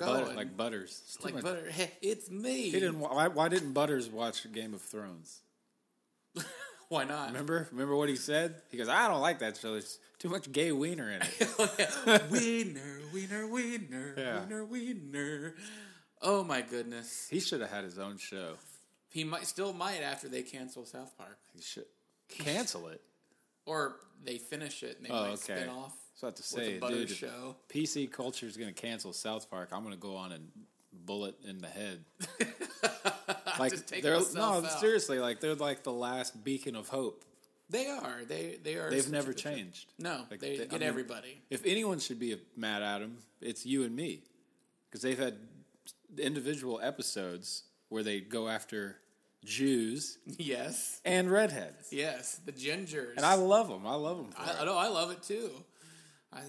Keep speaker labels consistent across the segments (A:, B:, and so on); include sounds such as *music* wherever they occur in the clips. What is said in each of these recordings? A: Oh,
B: like Butters. It's too
A: like,
B: much-
A: but hey, it's me.
B: He didn't. wa- Why, why didn't Butters watch Game of Thrones?
A: Why not? *laughs*
B: Remember? Remember what he said? He goes, "I don't like that show. There's too much gay wiener in it."
A: wiener, wiener, wiener,
B: Yeah.
A: wiener, wiener. Oh my goodness.
B: *laughs* he should have had his own show.
A: He might still might after they cancel South Park,
B: He should cancel it.
A: or they finish it and they
B: Oh,
A: might
B: okay.
A: spin off
B: So I have to
A: with
B: say,
A: a butter
B: dude,
A: show.
B: PC culture is going to cancel South Park. I'm going to go on and bullet in the head. like
A: Just take
B: they're
A: myself
B: no,
A: out.
B: seriously, like they're like the last beacon of hope.
A: They are. They they are.
B: They've
A: such
B: never
A: a good show.
B: changed.
A: No,
B: Like,
A: they,
B: they- I
A: get
B: mean-
A: everybody.
B: If anyone should be mad at them, it's you and me, because they've had individual episodes where they go after Jews
A: *laughs* Yes,
B: and redheads,
A: yes. The gingers.
B: and I love them. I love them. For
A: I, I
B: it.
A: know. I love it too. I, I,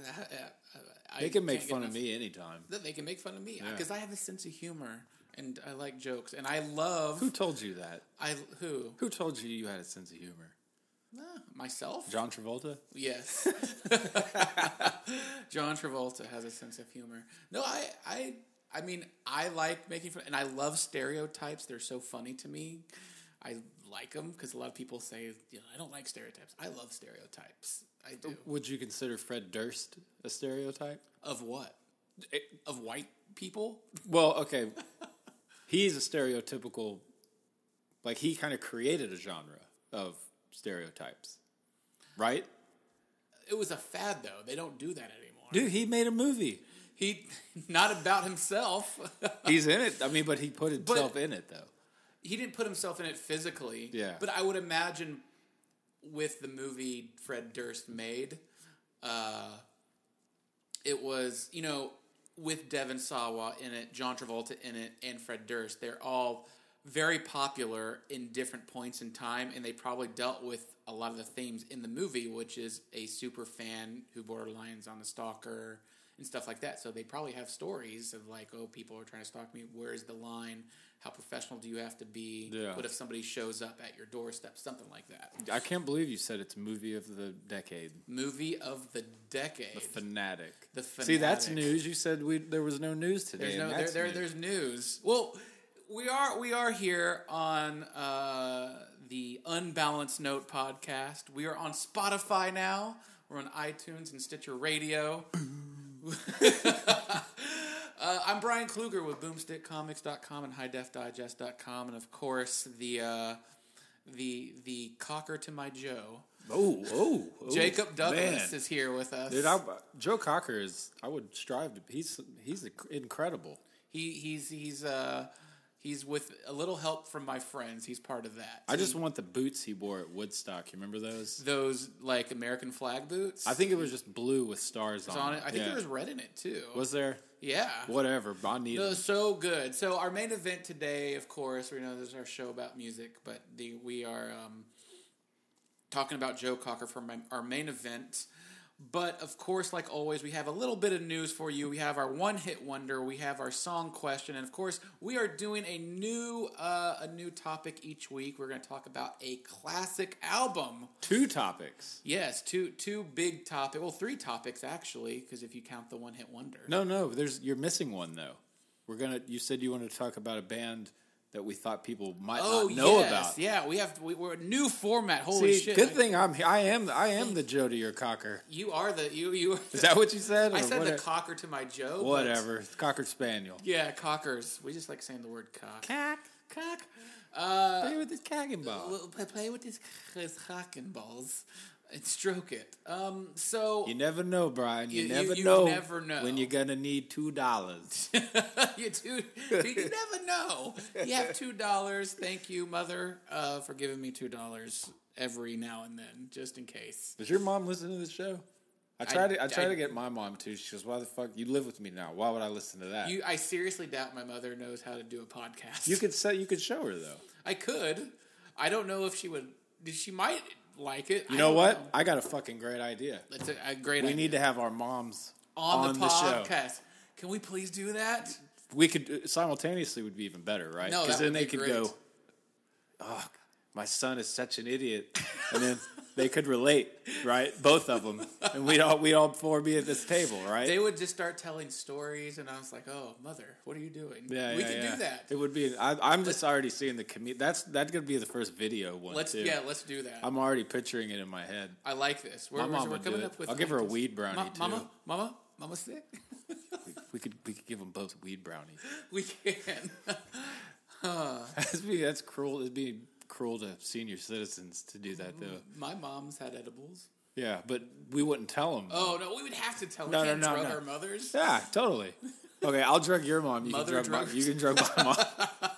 A: I,
B: They can make
A: can't get
B: fun of
A: enough-
B: me anytime.
A: That They can make fun of me
B: Yeah.
A: because I have a sense of humor and I like jokes and I love
B: Who told you that?
A: I who
B: Who told you you had a sense of humor?
A: Ah, myself.
B: John Travolta? *laughs*
A: Yes. *laughs* John Travolta has a sense of humor. No, I, I, I mean, I like making fun, and I love stereotypes. They're so funny to me. I like them because a lot of people say, you know, I don't like stereotypes. I love stereotypes. I do.
B: Would you consider Fred Durst a stereotype?
A: Of what? Of white people?
B: Well, okay. He's a stereotypical, like, he kind of created a genre of stereotypes, right?
A: It was a fad, though. They don't do that anymore.
B: Dude, he made a movie.
A: He, *laughs* not about himself. *laughs*
B: He's in it. I mean, but he put himself in it, though.
A: he didn't put himself in it physically.
B: Yeah.
A: But I would imagine with the movie Fred Durst made, uh, it was you know with Devin Sawa in it, John Travolta in it, and Fred Durst. They're all very popular in different points in time, and they probably dealt with a lot of the themes in the movie, which is a super fan who borderlines on the stalker and stuff like that. So they probably have stories of like, oh, people are trying to stalk me. Where's the line? How professional do you have to be?
B: Yeah.
A: What if somebody shows up at your doorstep? Something like that.
B: I can't believe you said it's movie of the decade.
A: Movie of the decade.
B: Fanatic.
A: The
B: See, that's
A: Fanatic.
B: news. You said we there was no news today.
A: There's
B: and
A: no there,
B: that's
A: there
B: news.
A: there's news. Well, we are we are here on uh, the Unbalanced Note podcast. We are on Spotify now. We're on iTunes and Stitcher Radio. *laughs* uh, I'm Brian Kluger with BoomstickComics.com and HighDefDigest.com, and of course the uh, the the cocker to my Joe,
B: Oh, oh, oh,
A: Jacob Douglas,
B: man.
A: is here with us.
B: Dude, I, Joe Cocker is. I would strive to. He's he's incredible.
A: He he's he's uh he's with a little help from my friends. He's part of that.
B: I just want the boots he wore at Woodstock. You remember those?
A: those like American flag boots.
B: I think it was just blue with stars
A: It's
B: on,
A: on it. I think
B: Yeah.
A: there was red in it too.
B: Was there?
A: yeah.
B: Whatever. but I need
A: It
B: them.
A: was so good. So our main event today, of course, we know this is our show about music, but the we are um, talking about Joe Cocker for my, our main event. But of course, like always, we have a little bit of news for you. We have our one hit wonder, we have our song question, and of course, we are doing a new uh, a new topic each week. We're going to talk about a classic album.
B: two topics.
A: Yes, two two big topic. Well, three topics actually, because if you count the one hit wonder.
B: No, no. There's you're missing one though. We're gonna. You said you wanted to talk about a band that we thought people might
A: Oh,
B: not know
A: yes.
B: about.
A: Yeah, we have we, we're a new format. Holy
B: See,
A: shit!
B: good
A: I-
B: thing I'm. he- I am. I am the Jody or Cocker.
A: you are the you you.
B: Is that what you said?
A: I
B: Or
A: said
B: whatever.
A: the cocker to my Joe. but-
B: whatever. Cocker Spaniel.
A: Yeah, cockers. We just like saying the word cock.
B: Cack.
A: Cock. Uh,
B: Play with this cacking ball.
A: well, play, play with these his cocking balls and stroke it. Um, so *laughs*
B: You never know, Brian. You,
A: You- you-
B: never,
A: you
B: know
A: never know.
B: when you're gonna need two dollars.
A: you do. You never know. You have two dollars. Thank you, mother, uh, for giving me two dollars every now and then, just in case.
B: Does your mom listen to the show? I try to. I try
A: I-
B: to get my mom to. She goes, "Why the fuck you live with me now? Why would I listen to that?" You,
A: You, I seriously doubt my mother knows how to do a podcast.
B: could say you could show her though.
A: I could. I don't know if she would. She might like it.
B: You know what? I got a fucking great idea.
A: That's a, a great.
B: We
A: idea.
B: need to have our moms
A: on, the podcast.
B: show.
A: Can we please do that?
B: We could uh, simultaneously would be even better, right?
A: No, that
B: then
A: would
B: they
A: be
B: could
A: great.
B: go, "Oh, my son is such an idiot," and then they could relate, right? Both of them, and we'd all we'd all four be at this table, right?
A: They would just start telling stories, and I was like, "Oh, mother, what are you doing?
B: yeah,
A: we
B: yeah,
A: can
B: yeah.
A: do that.
B: It would be. I, I'm just already seeing the comedian. That's that could be the first video one
A: Let's
B: too.
A: yeah, let's do that.
B: I'm already picturing it in my head.
A: I like this. We're,
B: My mom
A: we're
B: would do
A: coming
B: it.
A: up with.
B: I'll give her a
A: ideas.
B: weed brownie,
A: Ma-
B: too.
A: Mama, mama, mama, sick. *laughs*
B: We could we could give them both weed brownies. *laughs*
A: we can. *laughs*
B: That'd be that's cruel. It'd be cruel to senior citizens to do that though.
A: My mom's had edibles.
B: Yeah, but we wouldn't tell them.
A: Oh no, we would have to tell. We
B: No, no,
A: can't
B: no,
A: drug
B: no.
A: our mothers.
B: Yeah, totally. Okay, I'll drug your mom. You
A: Mother
B: can drug my,
A: druggers.
B: you can drug my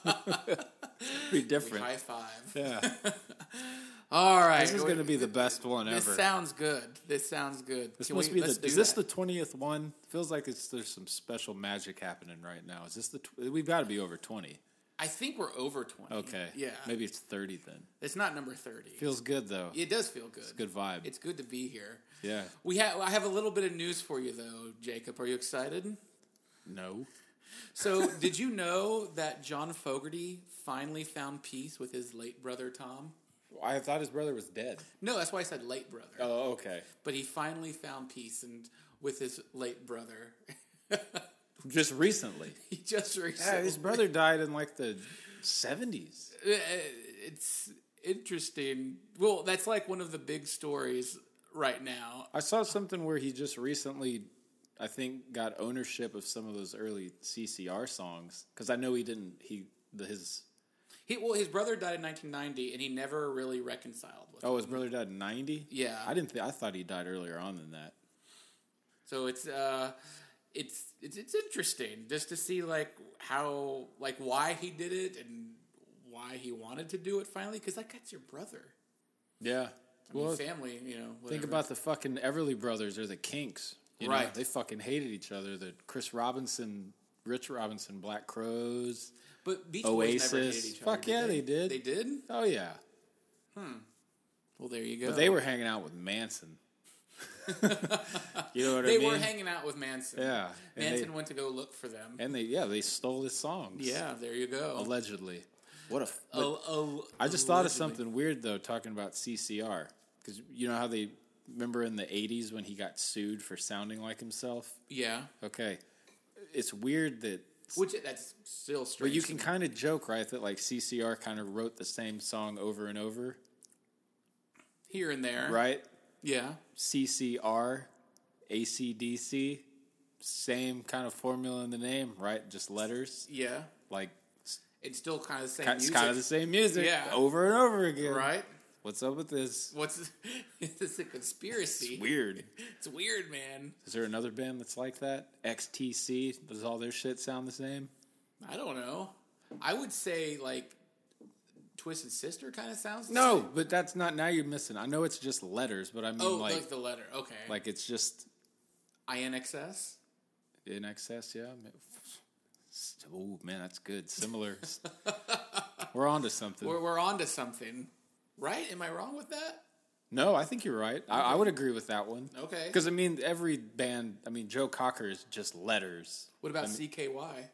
B: mom. *laughs* be different.
A: High five. *laughs*
B: yeah,
A: All right.
B: this is
A: we-
B: going to be the best one
A: This
B: ever.
A: sounds good. This sounds good.
B: This
A: Can
B: must
A: we-
B: be
A: let's
B: the.
A: do
B: Is this
A: that.
B: the twentieth one? Feels like it's there's some special magic happening right now. Is this the? Tw- we've got to be over twenty.
A: I think we're over twenty.
B: Okay.
A: Yeah.
B: Maybe it's thirty then.
A: It's not number thirty.
B: Feels good though.
A: it does feel good. It's
B: Good vibe.
A: It's good to be here.
B: yeah.
A: We have. I have a little bit of news for you though, Jacob. Are you excited?
B: No.
A: So,
B: *laughs*
A: did you know that John Fogerty finally found peace with his late brother Tom?
B: I thought his brother was dead.
A: No, that's why I said late brother.
B: Oh, okay.
A: But he finally found peace and with his late brother. *laughs*
B: Just recently.
A: he just recently.
B: Yeah, his *laughs* brother died in like the seventies.
A: Uh, it's interesting. Well, that's like one of the big stories right now.
B: I saw something where he just recently, I think, got ownership of some of those early CCR songs because I know he didn't. He the, his
A: He well, his brother died in 1990, and he never really reconciled with.
B: oh
A: it.
B: his brother died in ninety.
A: Yeah.
B: I didn't. Th- I thought he died earlier on than that.
A: So it's uh, it's it's it's interesting just to see like how like why he did it and why he wanted to do it finally because like that's your brother,
B: Yeah.
A: I mean,
B: Well,
A: family, you know. Whatever.
B: think about the fucking Everly Brothers or the Kinks. You know,
A: Right.
B: They fucking hated each other. The Chris Robinson, Rich Robinson, Black Crows.
A: but Beach Boys never hated
B: Oasis.
A: each other.
B: Fuck yeah, they did.
A: They did.
B: Oh yeah.
A: Well, there you go.
B: But they were hanging out with Manson. *laughs* you know what
A: they
B: I mean?
A: were hanging out with Manson.
B: yeah. And
A: Manson
B: they,
A: went to go look for them.
B: and they yeah, they stole his songs.
A: Yeah, there you go.
B: Allegedly. What a f-
A: A- a-
B: I just thought
A: allegedly.
B: of something weird though talking about CCR cuz you know how they remember in the 80s when he got sued for sounding like himself?
A: Yeah,
B: Okay. It's weird that
A: which that's still strange.
B: But you can kind of joke, right, that like CCR kind of wrote the same song over and over,
A: here and there.
B: right?
A: Yeah.
B: CCR, ACDC, same kind of formula in the name, right? Just letters,
A: Yeah.
B: like it's
A: It's still kind of the same.
B: kind
A: music,
B: of the same music
A: Yeah.
B: over and over again.
A: right?
B: What's up with this?
A: What's *laughs* it's a conspiracy?
B: It's weird.
A: It's weird, man.
B: Is there another band that's like that? XTC. Does all their shit sound the same?
A: I don't know. I would say like Twisted Sister kind of sounds the same.
B: No, but that's not. Now you're missing. I know it's just letters, but I mean
A: Oh, like,
B: like,
A: the letter. Okay.
B: like it's just
A: INXS.
B: In excess, yeah. Oh man, that's
A: *laughs*
B: good. Similar. We're on to something.
A: We're we're onto something, right? Am I wrong with that?
B: no, I think you're right. I, I would agree with that one.
A: Okay.
B: Because I mean, every band. I mean, Joe Cocker is just letters. *laughs*
A: What about CKY?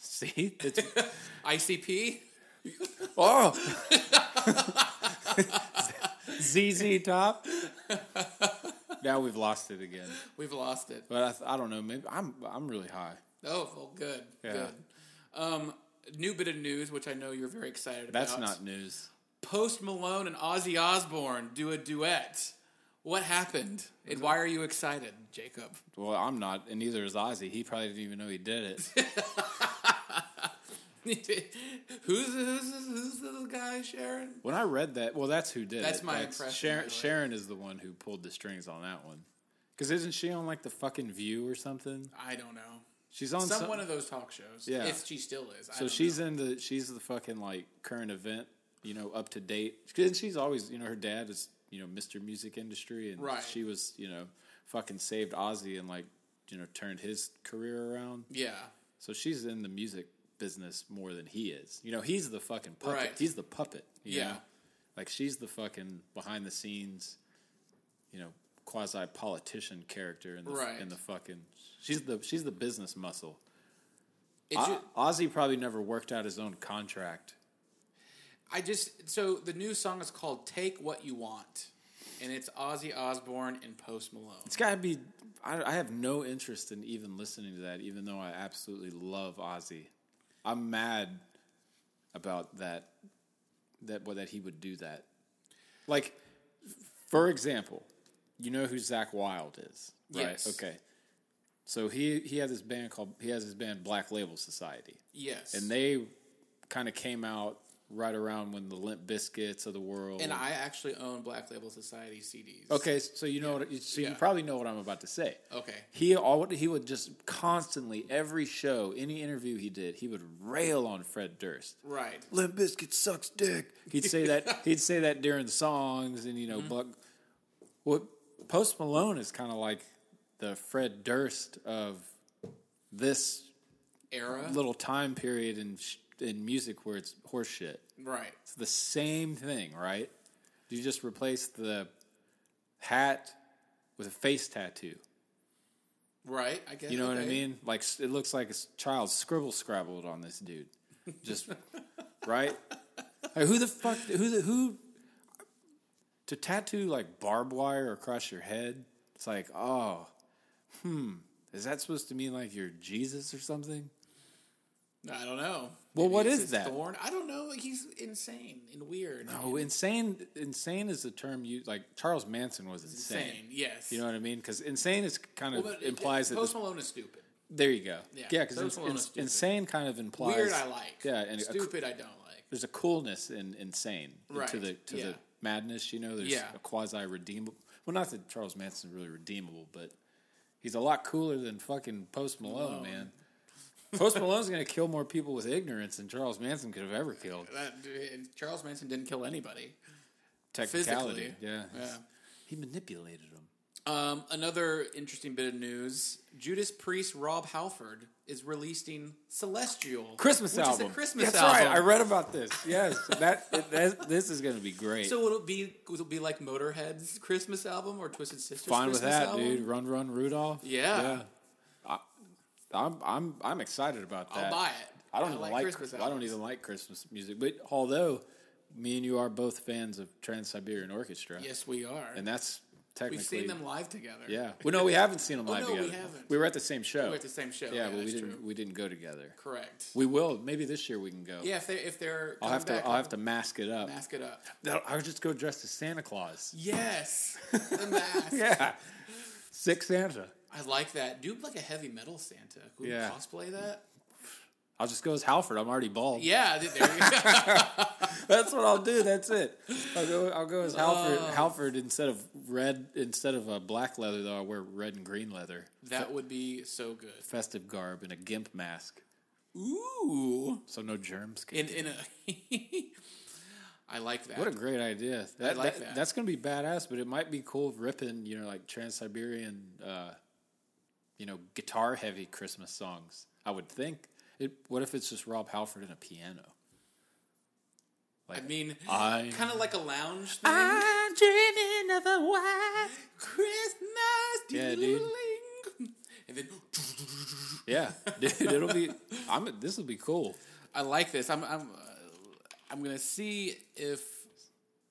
B: See,
A: *laughs*
B: it's
A: ICP?
B: *laughs* oh. ZZ
A: *laughs*
B: Top. now we've lost it again.
A: We've lost it.
B: But I, th- I don't know. Maybe I'm I'm really high.
A: Oh, well, good.
B: Yeah.
A: Good. Um, new bit of news, which I know you're very excited about.
B: That's not news.
A: Post Malone and Ozzy Osbourne do a duet. What happened? And why are you excited, Jacob? *laughs*
B: Well, I'm not, and neither is Ozzy. He probably didn't even know he did
A: *laughs*
B: it.
A: who's, who's, who's this guy, Sharon?
B: When I read that, well, that's who did.
A: That's
B: it.
A: my impression,
B: Sharon,
A: really.
B: Sharon is the one who pulled the strings on that one. Because isn't she on like the fucking View or something?
A: I don't know.
B: She's on
A: Some,
B: some,
A: one of those talk shows.
B: Yeah.
A: If she still is. I
B: so
A: don't
B: she's
A: know.
B: in the she's the fucking like current event, you know, up to date. And she's always, you know, her dad is you know Mr. Music Industry, and
A: Right.
B: she was you know fucking saved Ozzy and like you know turned his career around.
A: Yeah.
B: So she's in the music business more than he is. You know, he's the fucking puppet.
A: Right.
B: He's the puppet. you
A: Yeah.
B: know? Like she's the fucking behind the scenes, you know, quasi politician character in the
A: Right.
B: in the fucking she's the she's the business muscle.
A: It
B: O-
A: ju-
B: Ozzy probably never worked out his own contract.
A: I just so the new song is called "Take What You Want," and it's Ozzy Osbourne and Post Malone.
B: It's got to be. I, I have no interest in even listening to that, even though I absolutely love Ozzy. I'm mad about that. That what that he would do that. Like, for example, you know who Zach Wild is, right?
A: Yes.
B: Okay. So he he had this band called he has this band Black Label Society.
A: Yes,
B: and they kind of came out right around when the Limp Biscuits of the world.
A: and I actually own Black Label Society CDs.
B: okay, so you know what? So
A: Yeah.
B: you probably know what I'm about to say.
A: okay,
B: He all he would just constantly every show, any interview he did, he would rail on Fred Durst.
A: right.
B: Limp Biscuit sucks dick. He'd say that. he'd say that during songs, and you know, Buck. What Post Malone is kind of like the Fred Durst of this
A: Era,
B: little time period in sh- in music where it's horseshit.
A: right?
B: It's the same thing, right? You just replace the hat with a face tattoo.
A: Right, I guess
B: You know what I
A: okay.
B: mean? Like s- it looks like a s- child scribble scrabbled on this dude.
A: *laughs*
B: Just right? Like, who the fuck? Who the who? To tattoo like barbed wire across your head, it's like, oh, hmm, is that supposed to mean like you're Jesus or something?
A: I don't know.
B: Well, what
A: it's
B: is
A: his
B: that?
A: Thorn. I don't know. He's insane and weird.
B: Oh, insane! Insane is the term you like. Charles Manson was insane.
A: insane. Yes,
B: You know what I mean? Because insane is kind of
A: Well, but
B: implies that.
A: Post
B: this-
A: Malone is stupid.
B: there you go.
A: Yeah,
B: Yeah, because
A: Post Malone is stupid.
B: insane kind of implies
A: Weird, I like.
B: Yeah, and a-
A: stupid, I don't like.
B: there's a coolness in insane
A: Right,
B: to the to
A: yeah.
B: the madness. You know, there's
A: Yeah.
B: a quasi redeemable. Well, not that Charles Manson's really redeemable, but he's a lot cooler than fucking Post Malone, man. Post Malone's gonna kill more people with ignorance than Charles Manson could have ever killed.
A: That, and Charles Manson didn't kill anybody.
B: Technicality,
A: Physically,
B: yeah.
A: yeah.
B: He manipulated him.
A: Um, another interesting bit of news: Judas Priest Rob Halford is releasing Celestial
B: Christmas
A: which
B: album.
A: Is a Christmas
B: That's
A: album.
B: right. I read about this. Yes, that, that this is going to be great.
A: so it'll be it'll be like Motorhead's Christmas album or Twisted Sister's
B: Fine with
A: Christmas
B: that,
A: album.
B: dude. Run, run, Rudolph.
A: Yeah.
B: I, I'm, I'm, I'm excited about that.
A: I'll buy it.
B: I don't even
A: like,
B: like.
A: Christmas
B: I don't
A: albums.
B: even like Christmas music. But although me and you are both fans of Trans Siberian Orchestra,
A: Yes, we are.
B: and that's technically
A: We've seen them live together.
B: Yeah. Well, no, we haven't seen them live
A: no, we
B: together.
A: haven't.
B: were at the same show.
A: We were at the same show.
B: yeah, but we
A: that's
B: didn't.
A: True.
B: We didn't go together.
A: Correct.
B: We will. Maybe this year we can go.
A: yeah, if they if they're
B: I'll have
A: coming
B: to.
A: back,
B: I'll have to mask it up.
A: mask it up.
B: No, I'll just go dressed as Santa Claus. *laughs*
A: Yes, the mask.
B: Yeah. Sick Santa.
A: I like that. Do like a heavy metal Santa. Could
B: Yeah.
A: we cosplay that?
B: I'll just go as Halford. I'm already bald.
A: Yeah, th- there you
B: *laughs*
A: go.
B: That's what I'll do. That's it. I'll go, I'll go as Halford, Halford instead of red, instead of a black leather, though, I'll wear red and green leather.
A: that would be so good.
B: Festive garb and a gimp mask.
A: Ooh.
B: So no germs can.
A: In in a *laughs* I like that.
B: what a great idea. That,
A: like
B: that-
A: that.
B: That's going to be badass, but it might be cool ripping, you know, like Trans Siberian, uh, you know, guitar heavy Christmas songs. I would think. It, what if it's just Rob Halford and a piano?
A: I mean,
B: I
A: kind of like a lounge thing.
B: I'm dreaming of a white.
A: Christmas
B: Yeah, dude.
A: doodling. And then
B: Yeah, *laughs* dude, it'll be. I'm. This will be cool.
A: I like this. I'm I'm uh, I'm gonna see if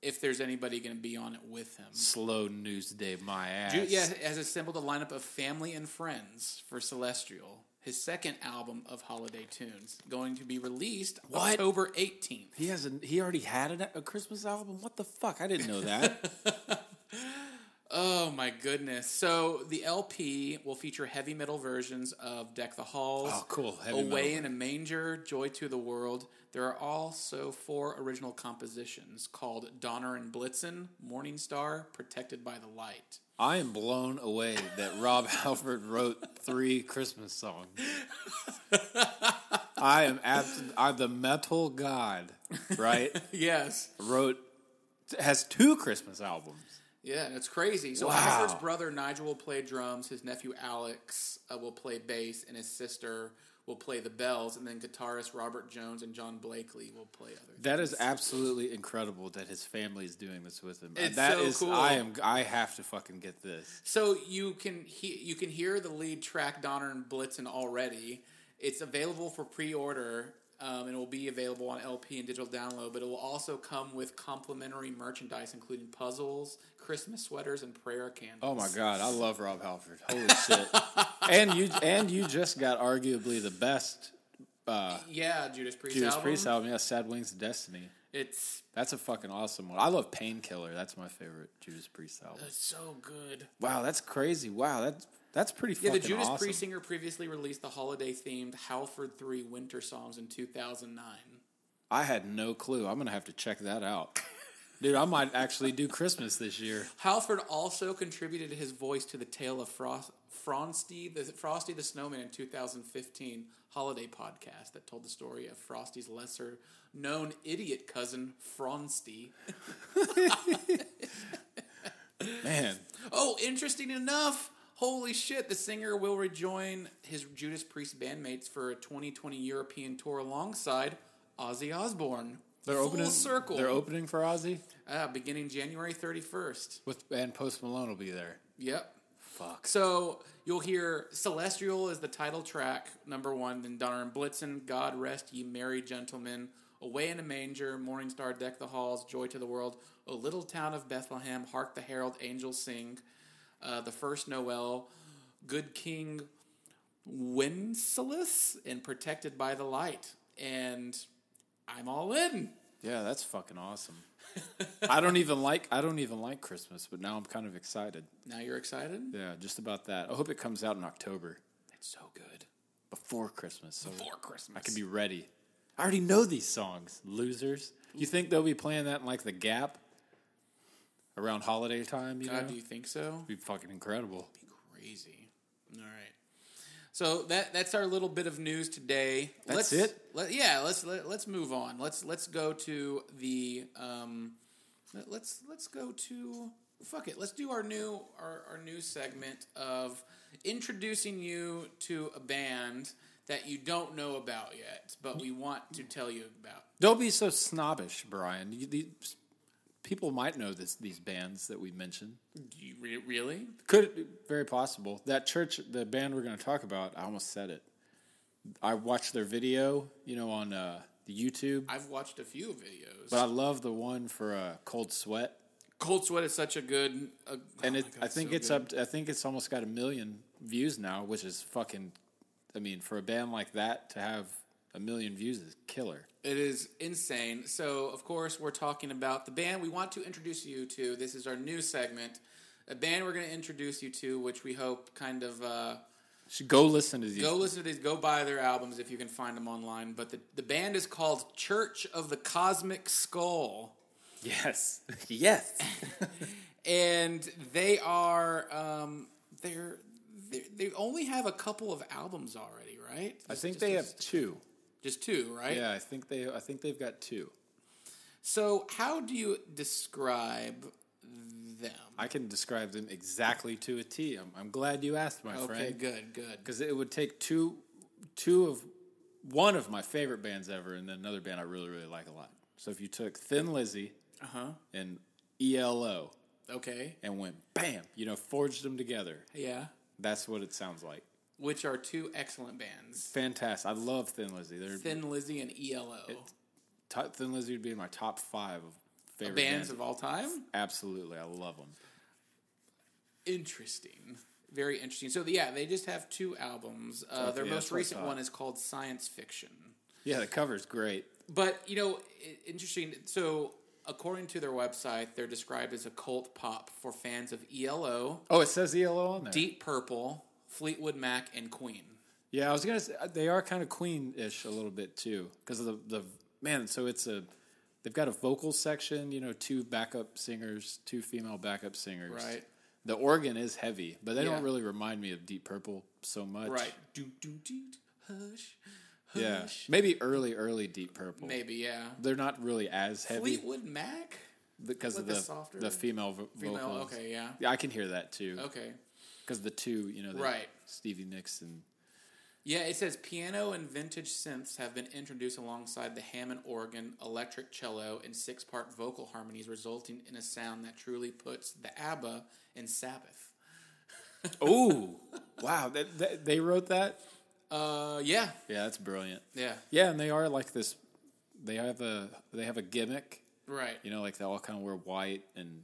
A: if there's anybody gonna be on it with him.
B: Slow news day, my ass.
A: Ju- yeah, has assembled a lineup of family and friends for Celestial, his second album of holiday tunes, going to be released
B: What?
A: October 18th.
B: he has. A, he already had an, a Christmas album. What the fuck? I didn't know that.
A: Oh my goodness. So the LP will feature heavy metal versions of Deck the Halls,
B: Oh, cool. Heavy
A: Away
B: metal.
A: in a Manger, Joy to the World. There are also four original compositions called Donner and Blitzen, Morning Star, Protected by the Light.
B: *laughs* I am blown away that Rob *laughs* Halford wrote three Christmas songs. I am abs- I'm the metal god, *laughs* right?
A: Yes.
B: wrote has two Christmas albums.
A: Yeah, and it's crazy. So
B: Wow.
A: Alfred's brother Nigel will play drums, his nephew Alex uh, will play bass, and his sister will play the bells, and then guitarist Robert Jones and John Blakely will play other.
B: That is absolutely incredible that his family is doing this with him. That
A: It's
B: is,
A: so cool.
B: I am. I have to fucking get this.
A: So you can he- you can hear the lead track Donner and Blitzen already. It's available for pre-order Um, and it will be available on LP and digital download, but it will also come with complimentary merchandise, including puzzles, Christmas sweaters, and prayer candles.
B: Oh my God, I love Rob Halford. Holy *laughs* shit! And you and you just got arguably the best uh,
A: Yeah, Judas Priest
B: Judas
A: album.
B: Priest album. Yeah, Sad Wings of Destiny.
A: It's,
B: That's a fucking awesome one. I love Painkiller. That's my favorite Judas Priest album.
A: it's so good.
B: Wow, that's crazy. Wow, that's that's pretty.
A: Yeah,
B: Fucking
A: the Judas
B: awesome.
A: Priest singer previously released the holiday-themed Halford Three Winter Songs in 2009.
B: I had no clue. I'm gonna have to check that out, *laughs* dude. I might actually do Christmas this year.
A: Halford also contributed his voice to the tale of Frost, Frosty the Frosty the Snowman in 2015 holiday podcast that told the story of Frosty's lesser known idiot cousin Frosty.
B: Man,
A: Oh, interesting enough. Holy shit, the singer will rejoin his Judas Priest bandmates for a 2020 European tour alongside Ozzy Osbourne.
B: they're
A: Full
B: opening.
A: circle.
B: They're opening for Ozzy
A: Ah, beginning January 31st.
B: with and Post Malone will be there.
A: Yep.
B: Fuck.
A: So you'll hear Celestial is the title track, number one, then Donner and Blitzen, God Rest Ye Merry Gentlemen, Away in a Manger, Morning Star Deck the Halls, Joy to the World, O Little Town of Bethlehem, Hark the Herald Angels Sing, uh, The First Noel, Good King Wenceslaus, and Protected by the Light. And I'm all in.
B: Yeah, that's fucking awesome. *laughs* I don't even like I don't even like Christmas, but now I'm kind of excited.
A: Now you're excited?
B: Yeah, just about that. I hope it comes out in October
A: It's so good.
B: before Christmas. So
A: For Christmas.
B: I can be ready. I already know these songs, losers. You think they'll be playing that in like the Gap around holiday time? You
A: God,
B: know,
A: do you think so?
B: be fucking incredible.
A: Crazy. All right. So that that's our little bit of news today.
B: That's
A: let's,
B: it?
A: Let, yeah, let's let, let's move on. Let's let's go to the um, let- let's let's go to fuck it. Let's do our new our, our new segment of introducing you to a band that you don't know about yet, but we want to tell you about.
B: Don't be so snobbish, Brian. You, these, people might know this, these bands that we mentioned.
A: Do you re- really?
B: Could very possible that church, the band we're going to talk about. I almost said it. I watched their video, you know, on uh, the YouTube.
A: I've watched a few videos.
B: But I love the one for uh, Cold Sweat,
A: Cold Sweat is such a good. A,
B: and
A: oh my
B: it,
A: God,
B: I think
A: so
B: it's
A: good.
B: up. I think it's almost got a million views now, which is fucking. I mean, for a band like that to have a million views is killer.
A: It is insane. So, of course, we're talking about the band we want to introduce you to. This is our new segment, a band we're going to introduce you to, which we hope kind of uh,
B: Should go listen to these.
A: go listen to these, go buy their albums if you can find them online. But the, the band is called Church of the Cosmic Skull, *laughs*
B: Yes, yes.
A: and they are um, they're, they're they only have a couple of albums already, right?
B: I think
A: Just-
B: they
A: just-
B: have two.
A: just two, right?
B: Yeah, I think they. I think they've got two.
A: So, how do you describe them?
B: I can describe them exactly to a T. I'm, I'm glad you asked, my
A: Okay,
B: friend.
A: good, good.
B: because it would take two two of one of my favorite bands ever and then another band I really really like a lot. So if you took Thin Lizzy
A: Uh-huh.
B: and E ELO
A: Okay.
B: and went bam, you know, forged them together.
A: Yeah.
B: That's what it sounds like.
A: Which are two excellent bands.
B: Fantastic. I love Thin Lizzy. They're
A: Thin Lizzy and E ELO.
B: to- Thin Lizzy would be in my top 5 of favorite
A: bands
B: bands.
A: of all time?
B: Absolutely. I love them.
A: Interesting. Very interesting. So yeah, they just have two albums. Uh, their
B: yeah,
A: most
B: that's what I
A: recent
B: thought.
A: one is called Science Fiction.
B: Yeah, the cover's great.
A: But you know, i- interesting. So according to their website, they're described as a cult pop for fans of ELO,
B: Oh, it says ELO on there.
A: Deep Purple, Fleetwood Mac, and Queen.
B: Yeah, I was gonna say they are kind of Queen-ish a little bit too, because of the the man. So it's a they've got a vocal section, you know, two backup singers, two female backup singers.
A: Right.
B: The organ is heavy, but they
A: Yeah.
B: don't really remind me of Deep Purple so much.
A: Right. Do do do. Hush.
B: Yeah.
A: Hush.
B: Maybe early, early Deep Purple.
A: Maybe yeah.
B: They're not really as heavy
A: Fleetwood Mac.
B: because
A: like
B: of
A: the
B: the
A: softer-
B: the female, vo-
A: Female.
B: vocals.
A: Okay, yeah.
B: Yeah, I can hear that too.
A: Okay.
B: Because the two, you know, they-
A: Right.
B: Stevie Nicks and
A: Yeah, it says piano and vintage synths have been introduced alongside the Hammond organ, electric cello, and six part vocal harmonies, resulting in a sound that truly puts the ABBA in Sabbath.
B: *laughs* oh wow, that, that, they wrote that.
A: Uh, yeah,
B: Yeah, that's brilliant.
A: yeah,
B: Yeah, and they are like this. They have a they have a gimmick.
A: right.
B: You know, like they all kind of wear white and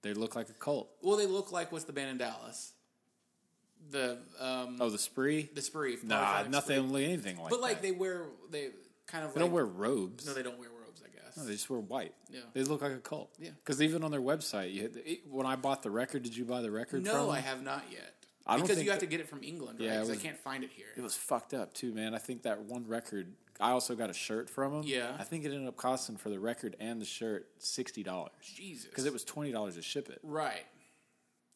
B: they look like a cult.
A: Well, they look like what's the band in Dallas? The um,
B: Oh, the spree?
A: the spree.
B: Nah,
A: Polyphonic Spree.
B: nothing, anything like.
A: But like
B: that.
A: they wear they kind of
B: they
A: like,
B: don't wear robes.
A: no, they don't wear robes. I guess.
B: No, they just wear white.
A: Yeah.
B: They look like a cult.
A: Yeah.
B: Because even on their website, you had, it- when I bought the record, did you buy the record?
A: No,
B: from them?
A: I have not yet.
B: I don't
A: because
B: think
A: you have
B: that-
A: to get it from England, right?
B: Yeah, it
A: Because I
B: was-
A: can't find it here.
B: It was fucked up too, man. I think that one record. I also got a shirt from them.
A: Yeah.
B: I think it ended up costing for the record and the shirt sixty dollars
A: Jesus,
B: because it was twenty dollars to ship it.
A: right.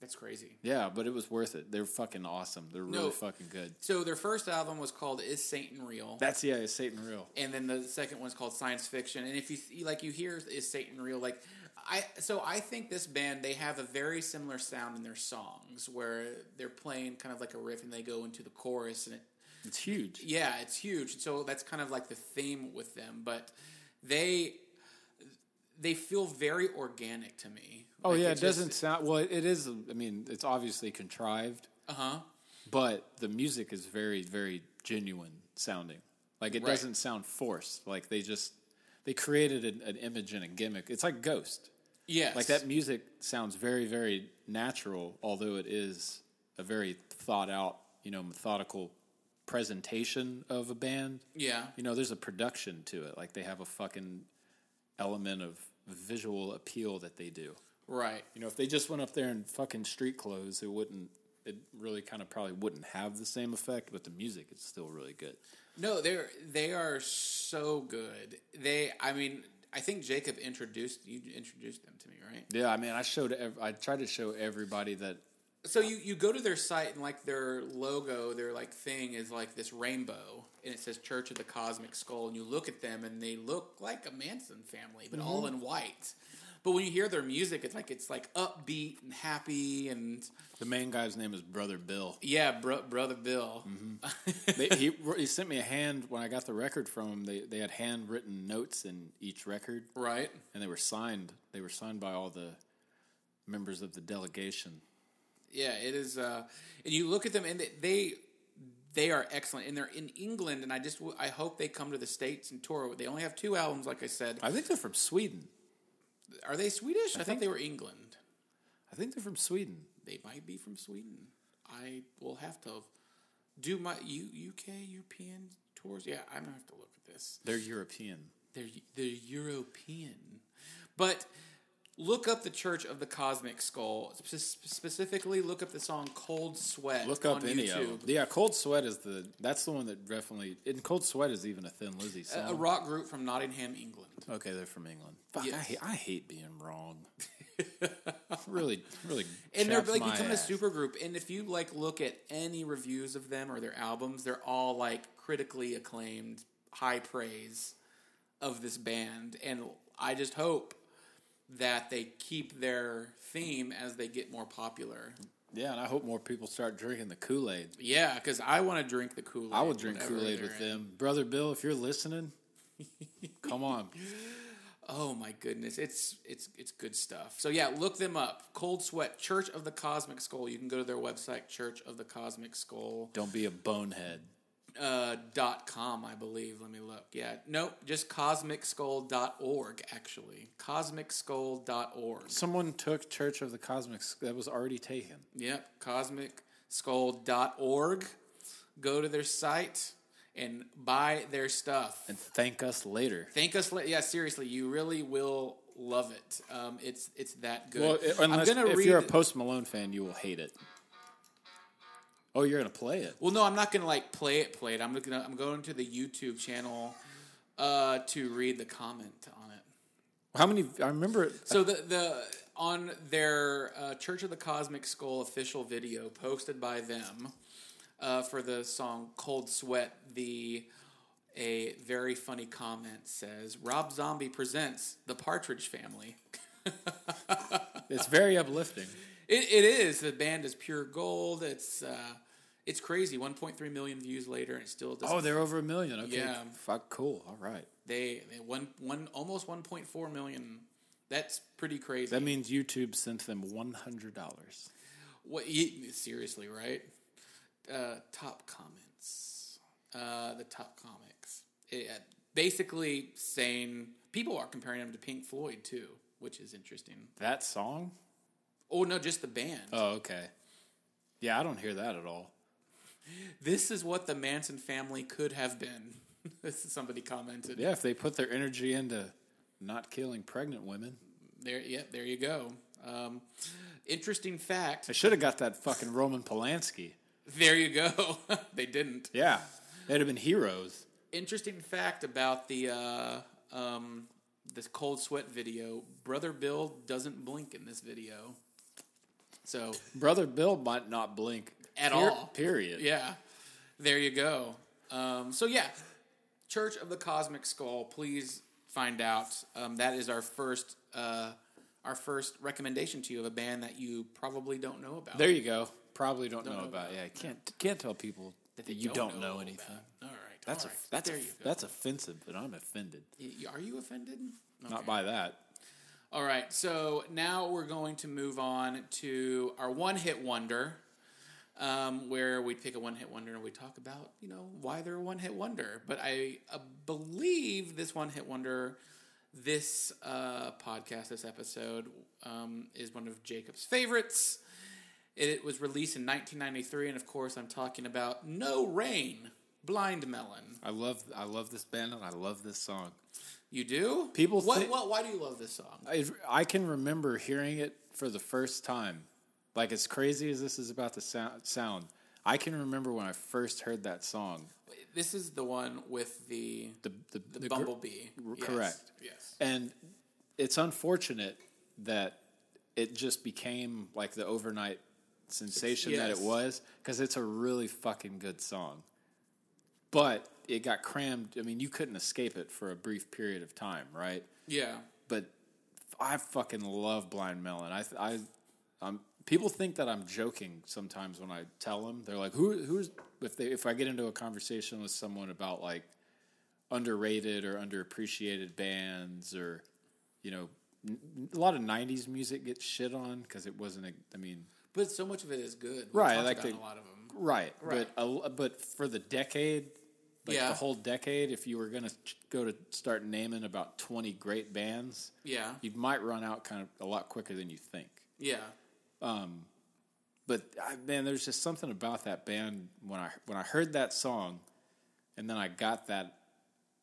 A: That's crazy.
B: Yeah, but it was worth it. They're fucking awesome. They're really
A: No.
B: fucking good.
A: So their first album was called "Is Satan Real,"
B: That's yeah, it's Satan real.
A: and then the second one's called "Science Fiction." And if you see- like, you hear "Is Satan Real?" Like, I so I think this band they have a very similar sound in their songs where they're playing kind of like a riff and they go into the chorus and it
B: It's huge.
A: Yeah, it's huge. So that's kind of like the theme with them, but they they feel very organic to me.
B: Oh
A: Like,
B: yeah, it doesn't
A: Just,
B: sound well. It, it is. I mean, it's obviously contrived,
A: uh huh.
B: but the music is very, very genuine sounding. Like it
A: Right.
B: doesn't sound forced. Like they just they created an, an image and a gimmick. It's like Ghost.
A: Yes.
B: Like that music sounds very, very natural, although it is a very thought out, you know, methodical presentation of a band.
A: Yeah.
B: You know, there's a production to it. Like they have a fucking element of visual appeal that they do.
A: Right.
B: You know, if they just went up there in fucking street clothes, it wouldn't. It really kind of probably wouldn't have the same effect, but the music is still really good.
A: No, they're they are so good. They I mean, I think Jacob introduced you introduced them to me, right?
B: Yeah, I mean, I showed, ev- I tried to show everybody that
A: So you you go to their site and like their logo, their like thing is like this rainbow and it says Church of the Cosmic Skull and you look at them and they look like a Manson family but all in white. But when you hear their music, it's like it's like upbeat and happy and
B: the main guy's name is Brother *laughs* Bill.
A: yeah, bro, brother Bill.
B: they, he, he sent me a hand when I got the record from him. They they had handwritten notes in each record,
A: *laughs* Right?
B: and they were signed. They were signed by all the members of the delegation.
A: Yeah, it is. Uh, and you look at them, and they- they they are excellent, and they're in England. And I just w- I hope they come to the states and tour. They only have two albums, like I said.
B: I think they're from Sweden.
A: Are they Swedish? I, thought
B: think-
A: they were England.
B: I think they're from Sweden.
A: They might be from Sweden. I will have to do my U, UK European tours. Yeah, I'm gonna have to look at this.
B: They're European.
A: They're they're European, but look up the Church of the Cosmic Skull. Spe- specifically, look up the song "Cold Sweat."
B: Look up
A: on
B: any
A: YouTube.
B: of 'em. Yeah, Cold Sweat is the that's the one that definitely. And Cold Sweat is even a Thin Lizzy
A: A
B: song.
A: rock group from Nottingham, England.
B: okay, they're from England. Fuck, I,
A: Yes.
B: hate, I hate
A: *laughs*
B: being wrong. really, really.
A: And they're
B: chaps
A: like
B: my
A: becoming a
B: ass.
A: super group. And if you like look at any reviews of them or their albums, they're all like critically acclaimed, high praise of this band. And I just hope that they keep their theme as they get more popular.
B: Yeah, and I hope more people start drinking the Kool Aid.
A: Yeah, because I want to drink the Kool Aid.
B: I would drink Kool Aid with them, brother Bill. If you're listening, come
A: *laughs*
B: on.
A: Oh my goodness, it's it's it's good stuff. So yeah, look them up. Cold Sweat Church of the Cosmic Skull. You can go to their website, Church of the Cosmic Skull.
B: Don't be a bonehead.
A: uh, dot com, I believe. Let me look. Yeah. Nope. Just cosmicskull.org, actually. Cosmicskull.org.
B: Someone took Church of the Cosmics that was already taken.
A: Yep. Cosmicskull.org. Go to their site and buy their stuff.
B: And thank us later.
A: Thank us. la- Yeah, seriously, you really will love it. Um, it's it's that good.
B: Well, i- unless
A: I'm gonna
B: if
A: read.
B: you're a Post Malone fan, you will hate it. Oh, you're gonna play it.
A: well, no, I'm not gonna like play it. Play it. I'm gonna I'm going to the YouTube channel uh, to read the comment on it.
B: How many? I remember. It,
A: So the the on their uh, Church of the Cosmic Skull official video posted by them uh, for the song "Cold Sweat," the a very funny comment says, "Rob Zombie presents the Partridge Family."
B: it's very uplifting.
A: It, it is the band is pure gold. It's uh, it's crazy. One point three million views later, and it still doesn't.
B: Oh, they're over a million. Okay,
A: Yeah.
B: fuck, cool. All right,
A: they, they one one almost one point four million. That's pretty crazy.
B: that means YouTube sent them one hundred dollars.
A: What? You, seriously, right? Uh, top comments. uh, the top comics. It, uh, basically, saying people are comparing him to Pink Floyd too, which is interesting.
B: That song?
A: Oh no, just the band.
B: Oh, okay. Yeah, I don't hear that at all.
A: This is what the Manson family could have been. *laughs* this is somebody commented.
B: Yeah, if they put their energy into not killing pregnant women,
A: There, yep, there you go. Um, interesting fact.
B: I should have got that fucking Roman Polanski.
A: There you go. *laughs* they didn't.
B: Yeah, they'd have been heroes.
A: Interesting fact about the uh, um, this cold sweat video. Brother Bill doesn't blink in this video. So
B: Brother Bill might not blink
A: At
B: Per-
A: all.
B: Period.
A: yeah, there you go. Um, so yeah, Church of the Cosmic Skull. Please find out. Um, that is our first uh, our first recommendation to you of a band that you probably don't know about.
B: There you go. Probably don't, know, about. Yeah, can't can't tell people that,
A: they
B: you don't, know,
A: about.
B: anything.
A: All right,
B: That's
A: all right.
B: a, that's
A: there
B: a,
A: you go.
B: that's offensive, but I'm offended.
A: Y- Are you offended?
B: Not by that.
A: All right, so now we're going to move on to our one hit wonder, um, where we pick a one hit wonder and we talk about you know why they're a one hit wonder. But I uh, believe this one hit wonder, this uh, podcast, this episode um, is one of Jacob's favorites. It was released in 1993, and of course, I'm talking about No Rain, Blind Melon.
B: I love I love this band and I love this song.
A: You do?
B: People
A: what,
B: thi-
A: what, why do you love this song?
B: I, I can remember hearing it for the first time. Like as crazy as this is about to sound, sound, I can remember when I first heard that song.
A: This is the one with the
B: The the,
A: the,
B: the gr-
A: bumblebee.
B: r-
A: Yes,
B: correct.
A: Yes.
B: and it's unfortunate that it just became like the overnight sensation that it
A: Yes.
B: was because it's a really fucking good song. But it got crammed. I mean, you couldn't escape it for a brief period of time, right?
A: Yeah.
B: but I fucking love Blind Melon. I, I, I'm. People think that I'm joking sometimes when I tell them. They're like, "Who, who's?" If they, if I get into a conversation with someone about like underrated or underappreciated bands or, you know, n- n- a lot of '90s music gets shit on because it wasn't. A, I mean,
A: But so much of it is good. We
B: Right,
A: talked
B: like
A: about
B: the-
A: a lot of them.
B: right?
A: Right.
B: But a, but for the decade. Like
A: Yeah.
B: the whole decade, if you were gonna ch- go to start naming about twenty great bands,
A: Yeah.
B: you might run out kind of a lot quicker than you think.
A: Yeah.
B: But I, man, there's just something about that band when I when I heard that song, and then I got that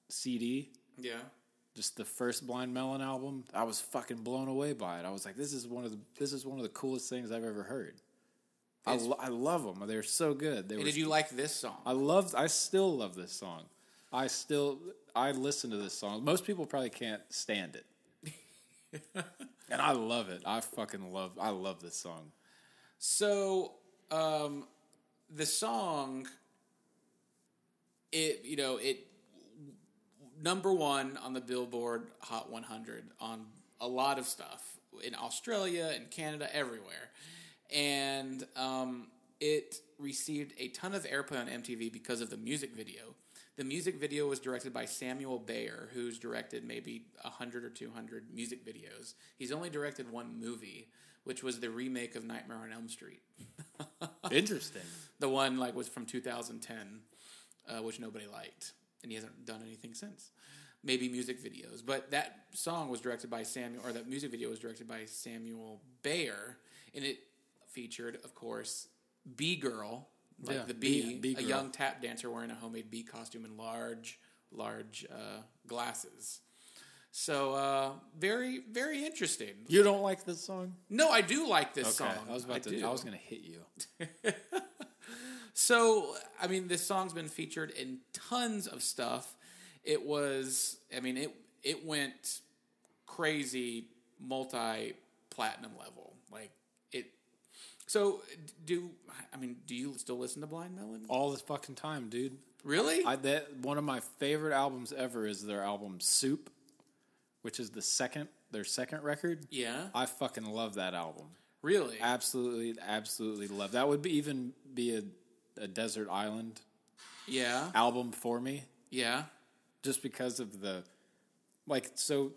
B: CD,
A: Yeah.
B: just the first Blind Melon album. I was fucking blown away by it. I was like, this is one of the this is one of the coolest things I've ever heard. I,
A: It's-
B: lo- I love them. They're so good. They
A: And
B: were
A: did you like this song?
B: I love. I still love this song. I still. I listen to this song. Most people probably can't stand it,
A: *laughs*
B: and I love it. I fucking love. I love
A: *laughs*
B: this song.
A: So, um, the song, it you know it number one on the Billboard Hot 100 on a lot of stuff in Australia and Canada, everywhere, and um, it received a ton of airplay on MTV because of the music video. The music video was directed by Samuel Bayer, who's directed maybe 100 or 200 music videos. He's only directed one movie, which was the remake of Nightmare on Elm Street.
B: Interesting.
A: The one like was from 2010, uh, which nobody liked, and he hasn't done anything since. Maybe music videos, but that song was directed by Samuel, or that music video was directed by Samuel Bayer, and it featured, of course, B girl, like
B: Yeah,
A: the
B: Bee-
A: bee,
B: Bee
A: a
B: Girl.
A: young tap dancer wearing a homemade bee costume and large, large uh, glasses. So uh, very, very interesting.
B: You don't like this song?
A: No, I do like this
B: Okay,
A: song.
B: I was about to.
A: do.
B: I was gonna hit you.
A: So, I mean, this song's been featured in tons of stuff. It was, I mean, it it went crazy, multi platinum level. Like it. So, do I mean? Do you still listen to Blind Melon?
B: All this fucking time, dude.
A: Really?
B: I that one of my favorite albums ever is their album Soup, which is the second their second record.
A: yeah.
B: I fucking love that album.
A: really?
B: Absolutely, absolutely love. That would be even be a, a desert island
A: yeah.
B: album for me,
A: Yeah.
B: just because of the like. So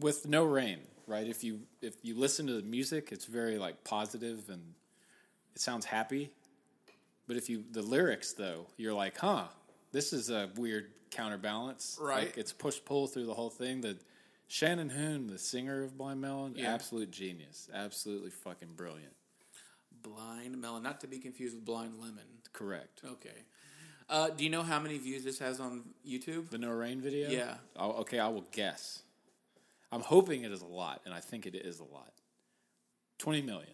B: with no rain, right? If you if you listen to the music, it's very like positive and it sounds happy. But if you the lyrics though, you're like, huh, This is a weird counterbalance.
A: Right.
B: Like it's push pull through the whole thing. The Shannon Hoon, the singer of Blind Melon,
A: Yeah.
B: absolute genius. Absolutely fucking brilliant.
A: Blind Melon, not to be confused with Blind Lemon.
B: Correct.
A: Okay. Uh, do you know how many views this has on YouTube?
B: The No Rain video?
A: Yeah.
B: Oh, okay, I will guess. I'm hoping it is a lot, and I think it is a lot. 20 million.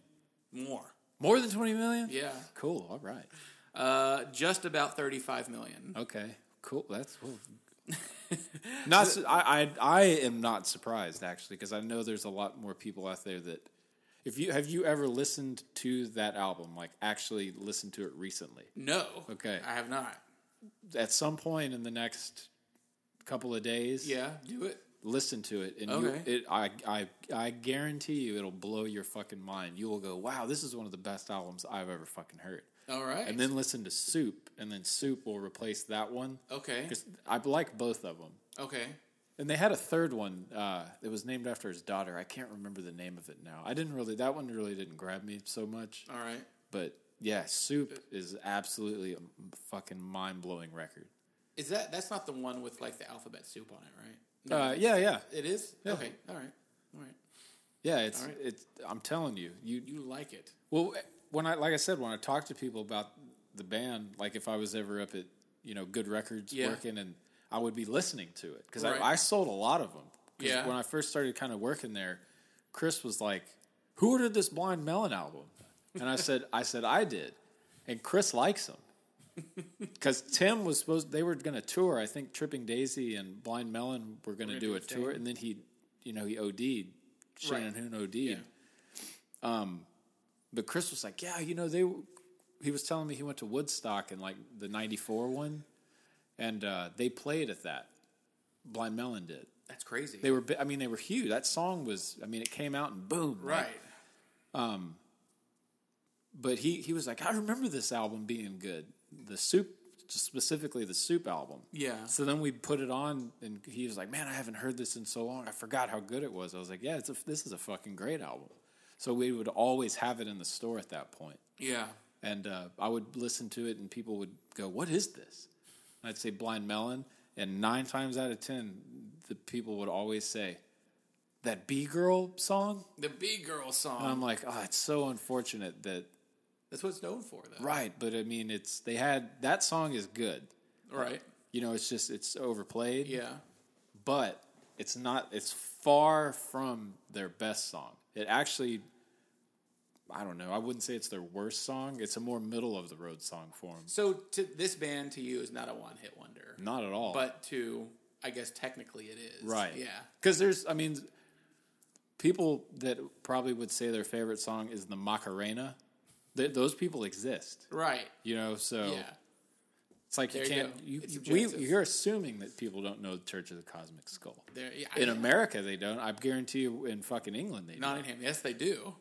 A: More.
B: More than 20 million?
A: Yeah.
B: Cool. All right.
A: Uh, just about 35 million.
B: Okay. Cool. That's
A: *laughs*
B: cool. not su- I, I I am not surprised actually because I know there's a lot more people out there that if you have you ever listened to that album like actually listened to it recently
A: No.
B: Okay.
A: I have not.
B: at some point in the next couple of days
A: Yeah, do it.
B: listen to it and
A: Okay.
B: you, it I, I I guarantee you it'll blow your fucking mind you will go wow this is one of the best albums I've ever fucking heard
A: All right.
B: and then listen to Soup and then Soup will replace that one
A: okay.
B: because I like both of them
A: Okay.
B: And they had a third one uh, that was named after his daughter. I can't remember the name of it now. I didn't really that one really didn't grab me so much.
A: All right.
B: But yeah, Soup is absolutely a fucking mind blowing record.
A: Is that that's not the one with like the alphabet soup on it, right?
B: Uh, yeah, yeah,
A: It is?
B: Yeah.
A: Okay. All right. All right.
B: yeah. It's
A: All right.
B: it's. I'm telling you, you
A: You like it.
B: Well, when I like I said, when I talk to people about the band, like if I was ever up at you know Good Records
A: Yeah.
B: working, and I would be listening to it because
A: Right.
B: I, I sold a lot of them. 'Cause
A: Yeah.
B: When I first started kind of working there, Chris was like, "Who ordered this Blind Melon album?" And I said, "I said I did," and Chris likes them
A: *laughs*
B: because Tim was supposed they were going to tour. I think Tripping Daisy and Blind Melon were going to
A: gonna
B: do
A: do
B: a
A: the
B: tour,
A: thing.
B: and then he, you know, he OD'd. Shannon Hoon OD'd. But Chris was like, yeah, you know, they. He was telling me he went to Woodstock in like the '94 one, and uh, they played at that. Blind Melon did.
A: That's crazy.
B: They were, bi- I mean, they were huge. That song was, I mean, it came out and boom, like,
A: right.
B: but he he was like, I remember this album being good. The soup, specifically the soup album.
A: Yeah.
B: So then we put it on, and he was like, "Man, I haven't heard this in so long. I forgot how good it was." I was like, "Yeah, it's a, this is a fucking great album." So we would always have it in the store at that point.
A: Yeah.
B: and uh, I would listen to it, and people would go, "What is this?" And I'd say Blind Melon, and nine times out of ten, the people would always say that B girl song.
A: The B girl song.
B: And I'm like, oh, it's so unfortunate that
A: that's what it's known for though.
B: right, but I mean, it's they had that song is good.
A: Right.
B: You know, it's just it's overplayed,
A: Yeah.
B: but it's not. It's far from their best song. It actually. I don't know. I wouldn't say it's their worst song. It's a more middle of the road song for them.
A: So to this band to you is not a one hit wonder.
B: Not at all.
A: But to I guess technically it is.
B: Right.
A: Yeah.
B: Because there's, I mean, people that probably would say their favorite song is the Macarena. Th- those people exist,
A: Right.
B: you know. So
A: Yeah.
B: it's like
A: There
B: you
A: you
B: can't.
A: go.
B: You,
A: It's
B: you- we,
A: objective.
B: you're assuming that people don't know the Church of the Cosmic Skull.
A: There yeah,
B: In
A: I-
B: America, they don't. I guarantee you, in fucking England, they don't.
A: Nottingham. Yes, they do.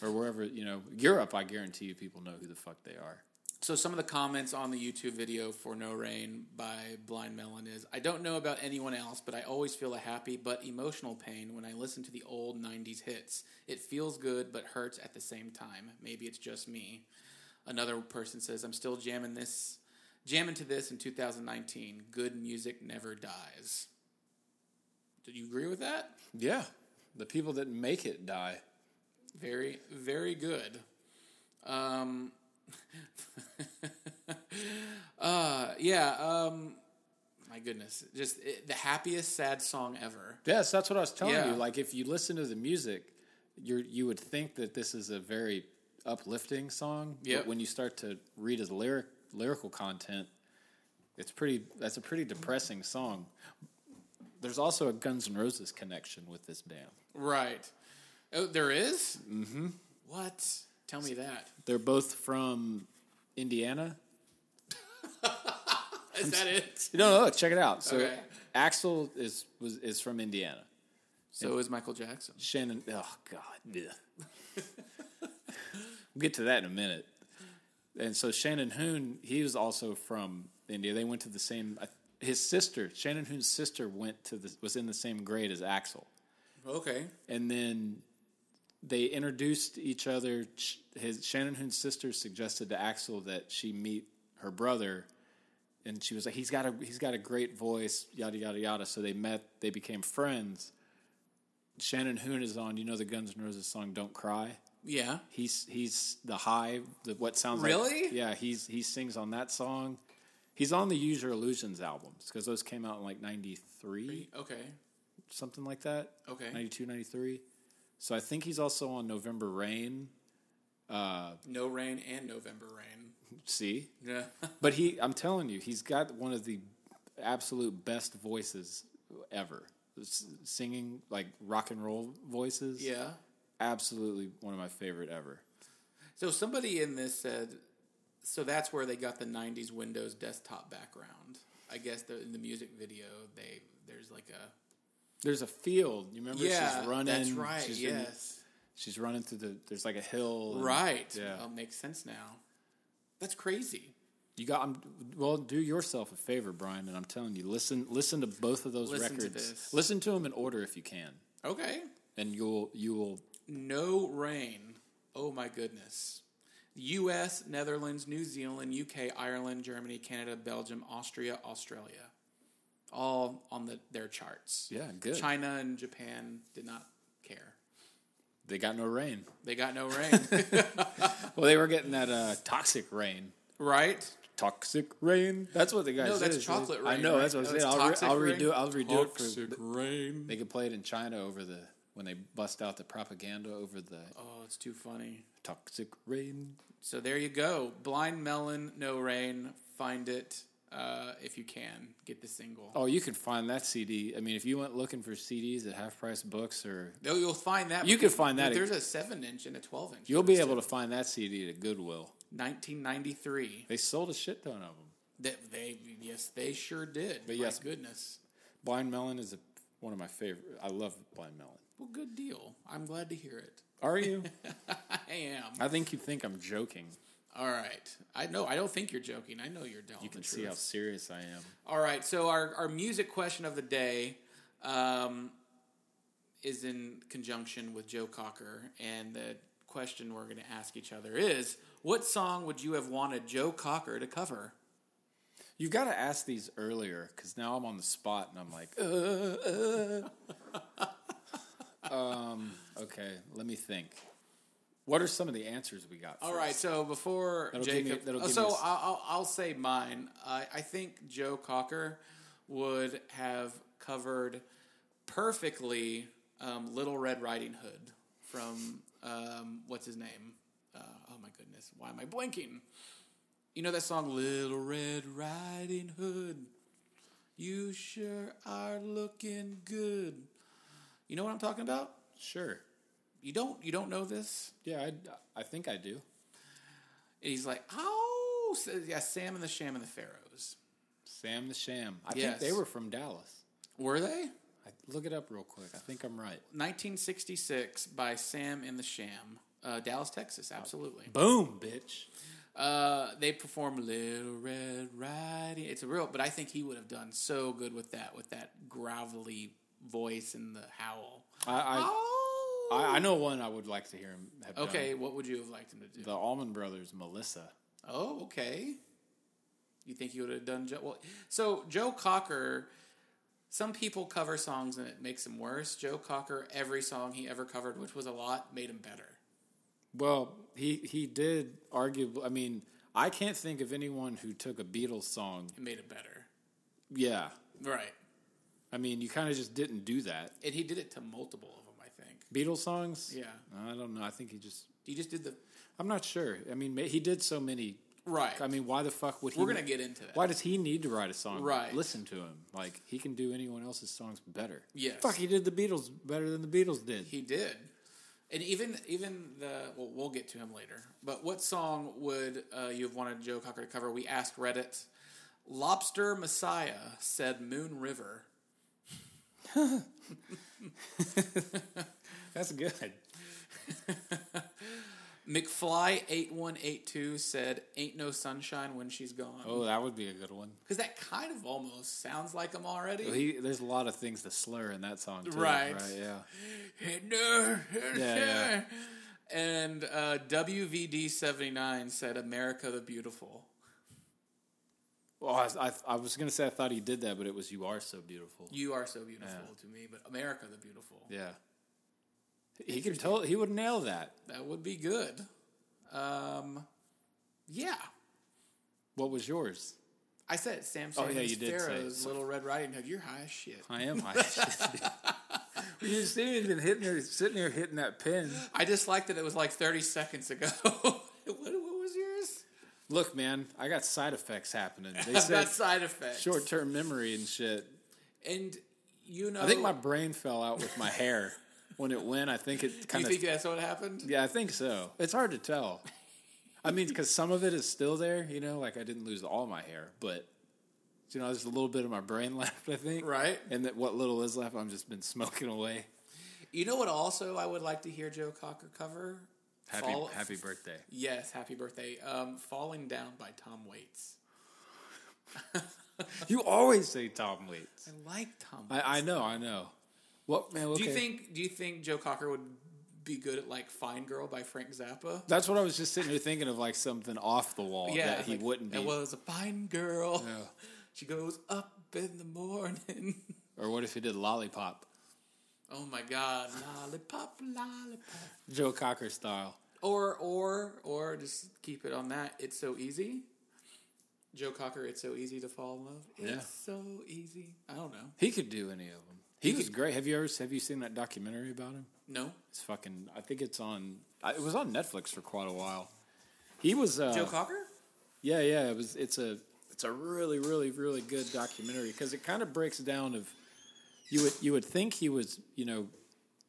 B: Or wherever, you know, Europe, I guarantee you, people know who the fuck they are.
A: So some of the comments on the YouTube video for No Rain by Blind Melon is I don't know about anyone else, but I always feel a happy but emotional pain when I listen to the old 90s hits. It feels good but hurts at the same time. Maybe it's just me. Another person says I'm still jamming this jamming to this in 2019. Good music never dies. Do you agree with that?
B: Yeah, the people that make it die.
A: Very, very good. Um, *laughs* uh, yeah. Um, my goodness, just it, the happiest sad song ever.
B: Yes, that's what I was telling
A: Yeah.
B: you. Like if you listen to the music, you are you would think that this is a very uplifting song.
A: Yep.
B: But when you start to read his lyric lyrical content, it's pretty that's a pretty depressing song. There's also a Guns N' Roses connection with this band.
A: Right. Oh, there is. Mm-hmm. What? Tell me *laughs* that.
B: They're both from Indiana.
A: Is that it?
B: No, no, check it out. So
A: Okay.
B: Axel is was is from Indiana.
A: So is Michael Jackson.
B: Shannon. Oh God. bleh. *laughs* we'll get to that in a minute. And so Shannon Hoon, he was also from India. They went to the same. uh, His sister, Shannon Hoon's sister, went to the was in the same grade as Axel.
A: Okay.
B: And then they introduced each other. Sh- His Shannon Hoon's sister suggested to Axel that she meet her brother, and she was like, "He's got a he's got a great voice, yada yada yada." So they met, they became friends. Shannon Hoon is on, you know, the Guns N' Roses song "Don't Cry."
A: Yeah.
B: He's he's the high, the what sounds
A: Really?
B: like, yeah. He's he sings on that song. He's on the Use Your Illusions albums because those came out in like '93,
A: Okay.
B: something like that.
A: Okay.
B: 92, 93. So I think he's also on November Rain.
A: No rain and November rain. *laughs*
B: See,
A: Yeah. *laughs*
B: But he, I'm telling you, he's got one of the absolute best voices ever. S- singing like rock and roll voices,
A: yeah.
B: absolutely one of my favorite ever.
A: So somebody in this said, so that's where they got the '90s Windows desktop background. I guess the, in the music video, they there's like a
B: There's a field. You remember
A: yeah,
B: she's running.
A: that's right.
B: She's in-
A: yes,
B: she's running through the. There's like a hill. and-
A: right. Um,
B: Yeah.
A: Well, makes sense now. That's crazy.
B: You got. I'm, well, do yourself a favor, Brian, and I'm telling you, listen. Listen to both of those
A: Listen to
B: records.
A: this.
B: Listen to them in order if you can,
A: Okay,
B: and you'll you will
A: no rain. Oh my goodness. U.S., Netherlands, New Zealand, U.K., Ireland, Germany, Canada, Belgium, Austria, Australia, all on the their charts.
B: yeah good.
A: China and Japan did not care.
B: They got no rain.
A: They got no
B: *laughs*
A: rain,
B: Well, they were getting that uh, toxic rain.
A: right?
B: Toxic rain. That's what the guy
A: No,
B: said.
A: that's
B: It's-
A: chocolate
B: I
A: rain,
B: know.
A: right?
B: That's what
A: No,
B: I'm
A: it's
B: saying. I'll, re-
A: toxic
B: I'll
A: rain.
B: redo it. I'll redo it for.
A: rain.
B: They could play it in China over the when they bust out the propaganda over the
A: Oh, it's too funny.
B: toxic rain.
A: So there you go. Blind Melon, No Rain. Find it uh, if you can. Get the single. Oh,
B: Oh, you could find that CD. I mean, if you went looking for CDs at half price books, or
A: you'll find that.
B: You can find that.
A: There's a 7 inch and a 12 inch.
B: you'll be able to find that CD at Goodwill.
A: 1993.
B: They sold a shit ton of them.
A: That they Yes, they sure did. But My
B: yes.
A: goodness.
B: Blind Melon is a, one of my favorite. I love Blind Melon.
A: Well, good deal. I'm glad to hear it.
B: Are
A: *laughs*
B: you?
A: I am.
B: I think you think I'm joking.
A: All right. I know. I don't think you're joking. I know you're telling
B: You can
A: the
B: see
A: truth.
B: how serious I am.
A: All right, so our, our music question of the day um, is in conjunction with Joe Cocker, and the question we're going to ask each other is: What song would you have wanted Joe Cocker to cover?
B: You got to ask these earlier because now I'm on the spot and I'm like, uh, uh. *laughs* um, okay, let me think. What are some of the answers we got?
A: All right, so before
B: That'll give me-
A: Jacob,
B: that'll give
A: so
B: me a
A: I'll,
B: s-
A: I'll, I'll say mine. I, I think Joe Cocker would have covered perfectly um, "Little Red Riding Hood" from um, what's his name? Uh, oh my goodness, why am I blinking? You know that song "Little Red Riding Hood." You sure are looking good. You know what I'm talking about?
B: Sure.
A: You don't you don't know this?
B: Yeah, I, I think I do.
A: And he's like, oh, so, yeah, Sam and the Sham and the Pharaohs.
B: Sam the Sham. I
A: Yes.
B: think they were from Dallas.
A: Were they?
B: I, look it up real quick. I think I'm right.
A: 1966 by Sam and the Sham. Uh, Dallas, Texas, absolutely.
B: Boom, bitch.
A: Uh, they perform "Little Red Riding." It's a real, but I think he would have done so good with that, with that gravelly voice and the howl.
B: I
A: oh,
B: I, I, I know one I would like to hear him have done.
A: okay. What would you have liked him to do?
B: The Allman Brothers, Melissa.
A: Oh, okay. You think you would have done Joe? Well, so Joe Cocker. Some people cover songs and it makes them worse. Joe Cocker, every song he ever covered, which was a lot, made him better.
B: Well, he he did arguably. I mean, I can't think of anyone who took a Beatles song.
A: It made it better,
B: Yeah,
A: right?
B: I mean, you kind of just didn't do that.
A: And he did it to multiple of them, I think.
B: Beatles songs.
A: Yeah,
B: I don't know. I think he just.
A: he just did the
B: I'm not sure. I mean, ma- he did so many.
A: right.
B: I mean, why the fuck would he?
A: we're gonna get into that.
B: Why does he need to write a song?
A: Right.
B: Listen to him. Like he can do anyone else's songs better.
A: Yes.
B: Fuck, he did the Beatles better than the Beatles did.
A: He did. And even even the well, we'll get to him later. But what song would uh, you have wanted Joe Cocker to cover? We asked Reddit. Lobster Messiah said Moon River.
B: That's good.
A: McFly eight one eight two said "Ain't no sunshine when she's gone"
B: Oh, that would be a good one.
A: because that kind of almost sounds like him already.
B: He, there's a lot of things to slur in that song too.
A: Right.
B: Right. Yeah.
A: No.
B: yeah.
A: And uh, WVD seventy nine said "America the Beautiful."
B: Well, I, I, I was gonna say I thought he did that, but it was "You Are So Beautiful."
A: You are so beautiful to me, but America the beautiful.
B: Yeah, he could tell he would nail that.
A: That would be good. Um, yeah.
B: What was yours?
A: I said Sam
B: Oh, yeah,
A: Sanders,
B: you did say it.
A: Pharaoh's Little Red Riding Hood. You're high as shit.
B: I am. *laughs* I you just you ain't even hitting there, sitting there hitting that pin.
A: I just liked that it was like 30 seconds ago. *laughs* what, what was yours?
B: Look, man, I got side effects *laughs* happening. They
A: I've got
B: said
A: side effects.
B: short term memory and shit.
A: And you know,
B: I think my brain fell out with my hair when it went. I think it
A: you
B: kind of
A: think that's what happened?
B: Yeah, I think so. It's hard to tell. I mean, because some of it is still there, you know, like I didn't lose all my hair, but you know, there's a little bit of my brain *laughs* left, I think.
A: Right.
B: And that what little is left, I've just been smoking away.
A: You know what? Also, I would like to hear Joe Cocker cover.
B: Happy
A: Fall-
B: happy birthday.
A: Yes, happy birthday. Um, Falling Down by Tom Waits.
B: *laughs* You always say Tom Waits.
A: I like Tom. Waits.
B: I, I know, I know. What man?
A: do you
B: okay.
A: think? Do you think Joe Cocker would be good at like Fine Girl by Frank Zappa?
B: that's what I was just sitting here thinking of, like something off the wall Oh, that he
A: like,
B: wouldn't be.
A: It was a fine girl.
B: Yeah.
A: She goes up in the morning. *laughs*
B: Or what if he did lollipop,
A: oh my God, lollipop, lollipop.
B: Joe Cocker style?
A: Or or or just keep it on that. It's so easy. Joe Cocker, it's so easy to fall in love. It's
B: Yeah.
A: so easy. I don't know.
B: He could do any of them. He, was great. Have you ever have you seen that documentary about him?
A: No.
B: It's fucking. I think it's on. I- It was on Netflix for quite a while. He was. Uh,
A: Joe Cocker?
B: yeah, yeah. It was. It's a. It's a really, really, really good documentary because it kind of breaks down of. You would you would think he was you know,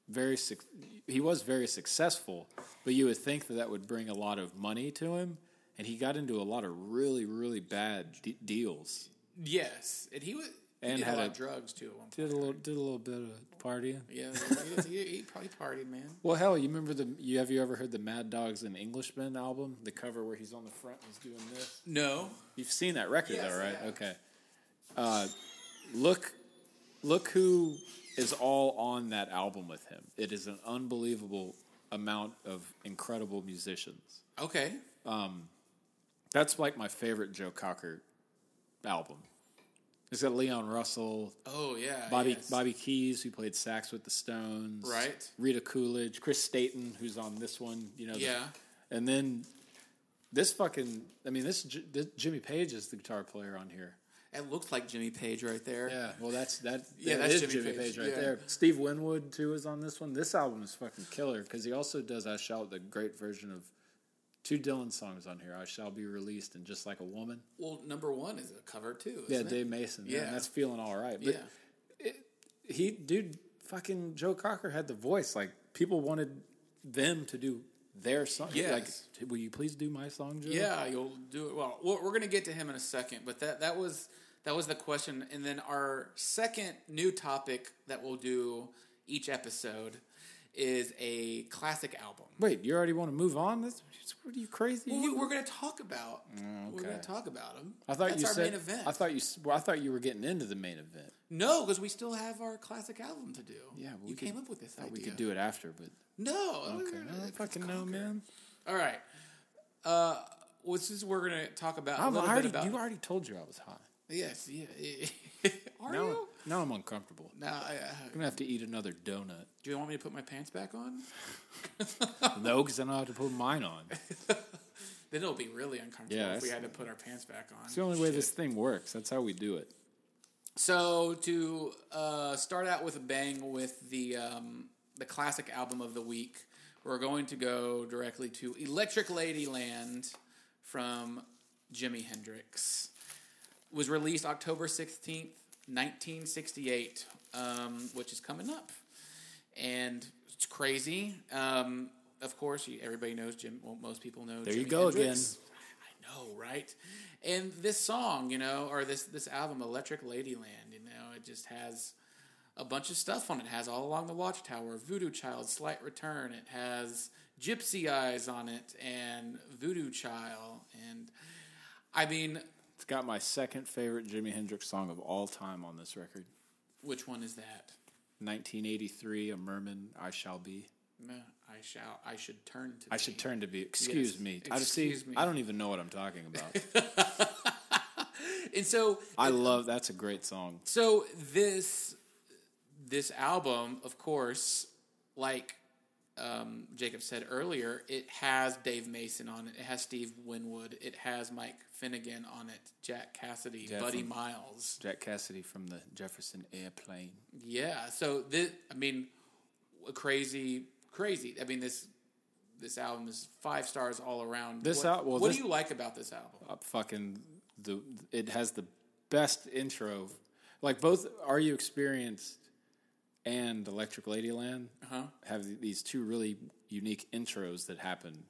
B: very suc he was very successful, but you would think that that would bring a lot of money to him, and he got into a lot of really really bad de- deals.
A: Yes. And he was
B: And
A: and did
B: had
A: a lot
B: a-
A: of drugs too at one point.
B: Did a little did a little bit of partying.
A: Yeah, he, he probably partied, man.
B: Well, hell, you remember the? You have you ever heard the Mad Dogs and Englishmen album? The cover where he's on the front and he's doing this.
A: No.
B: You've seen that record
A: Yes,
B: though, right?
A: yeah.
B: Okay. Uh, look, look who is all on that album with him. It is an unbelievable amount of incredible musicians.
A: Okay.
B: That's like my favorite Joe Cocker album. It's got Leon Russell,
A: Oh yeah.
B: Bobby
A: yes.
B: Bobby Keys, who played sax with the Stones,
A: Right.
B: Rita Coolidge, Chris Staten, who's on this one, you know. the-
A: Yeah.
B: and then this fucking, I mean, this, J- this Jimmy Page is the guitar player on here.
A: It looks like Jimmy Page right there.
B: Yeah, well, that's that.
A: Yeah,
B: that
A: that's
B: is
A: Jimmy
B: Jimmy, Page,
A: Page,
B: right
A: yeah.
B: there. Steve Winwood too is on this one. This album is fucking killer because he also does "I Shall" the great version of two Dylan songs on here. "I Shall Be Released" and "Just Like a Woman."
A: Well, number one is a cover too.
B: Yeah,
A: Isn't it?
B: Dave Mason. Yeah,
A: Yeah.
B: and that's feeling all right. But
A: yeah.
B: he dude fucking joe cocker had the voice like people wanted them to do their song
A: Yes.
B: like will you please do my song joe
A: Yeah, you'll do it well. We're we're gonna get to him in a second, but that that was that was the question, and then our second new topic that we'll do each episode is a classic album.
B: wait you already want to move on this what are you crazy
A: Well, we- we're gonna talk about we're gonna
B: Mm, okay.
A: talk about him.
B: i thought
A: That's
B: you
A: our
B: said
A: main event.
B: i thought you s- well, i thought you were getting into the main event
A: no, because we still have our classic album to do.
B: Yeah, well, we
A: you
B: could-
A: came up with this idea.
B: we could do it after but
A: no.
B: okay i don't fucking know man
A: All right. Uh, what's this? We're gonna talk about a
B: I'm
A: little
B: already,
A: bit about.
B: you already told you i was high
A: yes. Yeah. *laughs* Are
B: now,
A: you?
B: now i'm uncomfortable i'm
A: No. I, I-
B: gonna have to eat another donut
A: Do you want me to put my pants back on?
B: no because i don't have to put mine on it's
A: Then it'll be really uncomfortable
B: Yeah,
A: if we
B: that's-
A: had to put our pants back on.
B: the only way this thing works that's how we do it
A: So to uh, start out with a bang with the um, the classic album of the week, we're going to go directly to Electric Ladyland from Jimi Hendrix. It was released October sixteenth, nineteen sixty eight, um, which is coming up, and it's crazy. Um, of course, you, everybody knows Jim. Well, most people know.
B: There you
A: Jimi
B: go
A: Hendrix.
B: again.
A: I know, right? And this song, you know, or this this album, Electric Ladyland, you know, it just has a bunch of stuff on it. It has All Along the Watchtower, Voodoo Child, Slight Return. It has Gypsy Eyes on it, and Voodoo Child, and I mean,
B: It's got my second favorite Jimi Hendrix song of all time on this record.
A: which one is that?
B: 1983, A Merman, I Shall Be.
A: No, I shall. I should turn to.
B: I should
A: thee.
B: turn to be. Excuse
A: Yes.
B: me. I just see.
A: Excuse me.
B: I don't even know what I'm talking about.
A: And so
B: I love that's a great song.
A: so this this album, of course, like um, Jacob said earlier, it has Dave Mason on it. It has Steve Winwood. It has Mike Finnegan on it. Jack Cassidy, Buddy
B: Definitely.
A: Miles.
B: Jack Cassidy from the Jefferson Airplane.
A: Yeah. So this, I mean, a crazy, crazy. I mean this this album is five stars all around.
B: This
A: what,
B: al- well,
A: what
B: this-
A: do you like about this album?
B: Uh, fucking the it has the best intro. Like both Are You Experienced and Electric Ladyland
A: Huh?
B: have th- these two really unique intros that happen.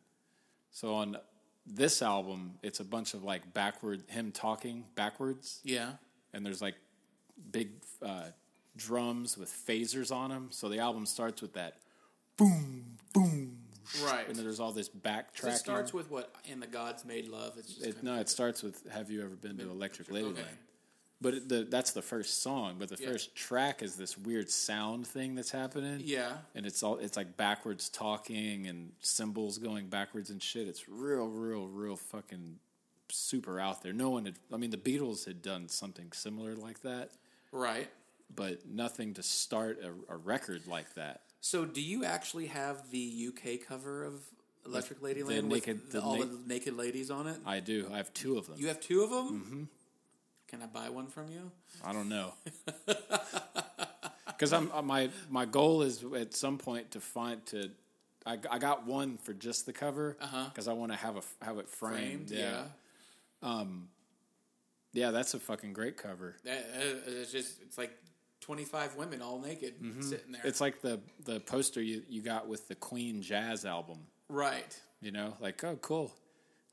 B: So on this album, it's a bunch of like backward him talking backwards,
A: Yeah.
B: and there's like big uh, drums with phasers on them. So the album starts with that boom, boom,
A: Right.
B: and then there's all this backtracking.
A: It starts with what? And the gods made love. It's just
B: It,
A: kind
B: no, it starts with "Have you ever been to Electric Ladyland?"
A: okay.
B: But it, the, that's the first song. But the
A: Yeah.
B: first track is this weird sound thing that's happening.
A: yeah.
B: and it's all it's like backwards talking and cymbals going backwards and shit. It's real, real, real fucking super out there. No one had. I mean, the Beatles had done something similar like that,
A: Right.
B: but nothing to start a, a record like that.
A: So, do you actually have the UK cover of Electric Ladyland with
B: naked-
A: the-
B: the
A: all
B: na-
A: the naked ladies on it?
B: I do. I have two of them.
A: You have two of them. Mm-hmm. Can I buy one from you?
B: I don't know. *laughs* Because I'm uh, my my goal is at some point to find to. I, I got one for just the cover because I want to have a f- have it Uh-huh. framed.
A: Framed,
B: yeah. yeah, that's a fucking great cover.
A: That- that- it's just it's like twenty five women all naked sitting there.
B: Mm-hmm. It's like the the poster you, you got with the Queen jazz album.
A: right.
B: You know, like oh cool,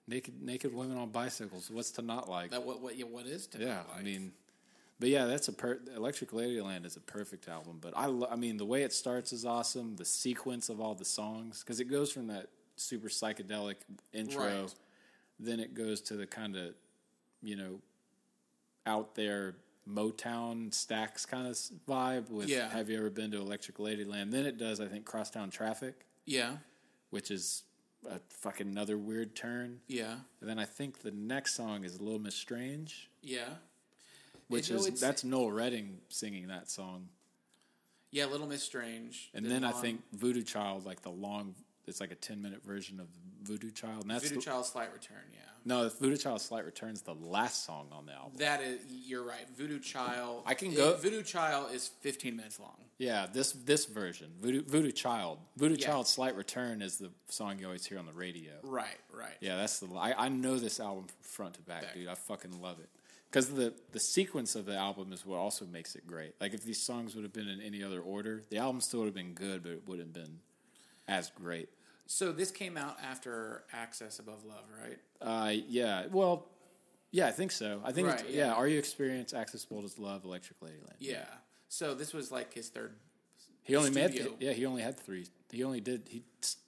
B: naked naked women on bicycles. What's to not like?
A: That what what yeah, what is to
B: Yeah,
A: not
B: I
A: like?
B: mean, but yeah, that's a per- Electric Ladyland is a perfect album. But I, lo- I mean, the way it starts is awesome. The sequence of all the songs because it goes from that super psychedelic intro,
A: Right.
B: then it goes to the kind of you know out there Motown stacks kind of vibe with
A: Yeah.
B: Have you ever been to Electric Ladyland? Then it does, I think, Crosstown Traffic,
A: yeah,
B: which is a fucking another weird turn.
A: yeah,
B: And then I think the next song is Little Miss Strange
A: yeah.
B: which
A: You know,
B: is
A: it's-
B: that's Noel Redding singing that song,
A: Yeah, Little Miss Strange.
B: and
A: The
B: then I
A: long-
B: think Voodoo Child, like the long, it's like a ten minute version of Voodoo Child, and that's
A: Voodoo
B: the,
A: Child Slight Return. Yeah,
B: no Voodoo Child Slight Returns the last song on the album.
A: that is you're right. Voodoo Child.
B: I can go-
A: Voodoo Child is fifteen minutes long.
B: Yeah, this this version Voodoo Voodoo Child Voodoo
A: Yeah.
B: Child Slight Return is the song you always hear on the radio.
A: Right. Right.
B: Yeah, that's the I, I know this album from front to back,
A: Back.
B: dude. I fucking love it. Because the, the sequence of the album is what also makes it great. Like if these songs would have been in any other order, the album still would have been good, but it wouldn't have been as great.
A: So this came out after Access Above Love, right?
B: Uh, yeah. Well, yeah, I think so. I think,
A: Right,
B: it's, yeah.
A: yeah.
B: Are You Experienced, Access Bold as Love, Electric Ladyland.
A: Yeah. So this was like his third.
B: He only made,
A: Studio.
B: yeah, he only had three. He only did, he,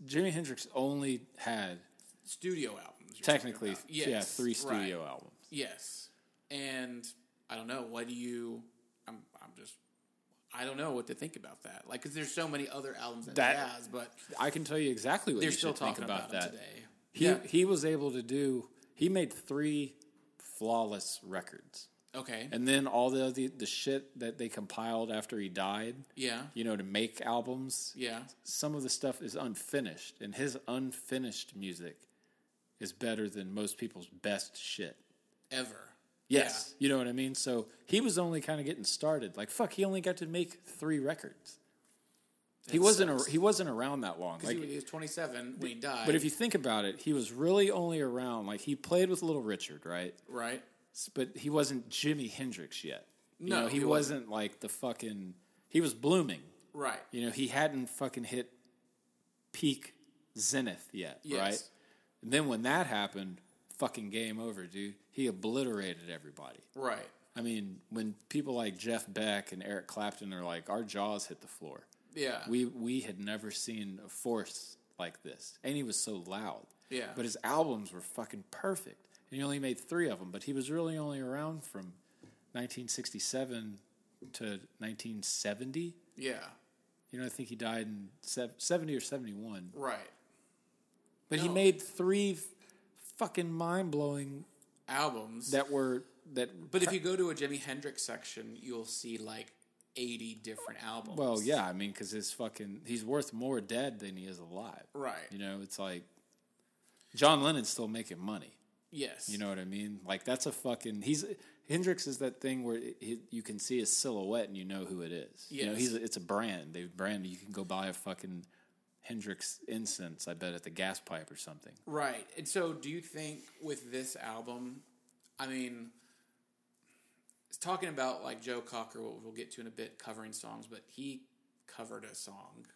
B: Jimi Hendrix only had
A: studio albums. you're
B: technically,
A: talking about.
B: yeah, three
A: right.
B: studio albums.
A: Yes, and I don't know. What do you? I'm. I'm just. I don't know what to think about that. Like, because there's so many other albums that,
B: That-
A: he has, but
B: I can tell you exactly what
A: they're
B: you
A: still
B: should think
A: talking about,
B: about,
A: him
B: that.
A: today.
B: He,
A: yeah.
B: he was able to do, he made three flawless records.
A: Okay.
B: And then all the, the, the shit that they compiled after he died,
A: yeah.
B: you know, to make albums,
A: Yeah.
B: some of the stuff is unfinished, and his unfinished music is better than most people's best shit.
A: Ever.
B: Yes. You know what I mean? So he was only kind of getting started. Like fuck, he only got to make three records. he wasn't a, he wasn't around that long.
A: Yeah.
B: Like,
A: he, was 27 when he died.
B: but if you think about it, he was really only around like he played with Little Richard, right?
A: right.
B: S- But he wasn't Jimi Hendrix yet. You
A: No,
B: know, he,
A: he wasn't.
B: wasn't like the fucking he was blooming.
A: Right.
B: You know, he hadn't fucking hit peak zenith yet,
A: Yes.
B: right? And then when that happened, fucking game over, dude. He obliterated everybody.
A: Right.
B: I mean, when people like Jeff Beck and Eric Clapton are like, our jaws hit the floor.
A: Yeah.
B: We we had never seen a force like this, and he was so loud.
A: Yeah.
B: but his albums were fucking perfect, and he only made three of them. But he was really only around from 1967 to 1970.
A: yeah.
B: You know, I think he died in sev- 70 or 71.
A: Right.
B: But he
A: No.
B: made three f- fucking mind blowing
A: Albums.
B: that were that.
A: But if you go to a Jimi Hendrix section, you'll see like 80 different albums.
B: Well, yeah, I mean, because his fucking he's worth more dead than he is alive.
A: Right.
B: You know, it's like John Lennon's still making money.
A: Yes.
B: You know what I mean? Like that's a fucking he's Hendrix is that thing where it, he, you can see his silhouette and you know who it is. You know,
A: Yes.
B: he's a, it's a brand. They brand you can go buy a fucking Hendrix incense, I bet at the gas pipe or something.
A: Right. And so do you think with this album, I mean, it's talking about like Joe Cocker, what we'll get to in a bit, covering songs, but he covered a song.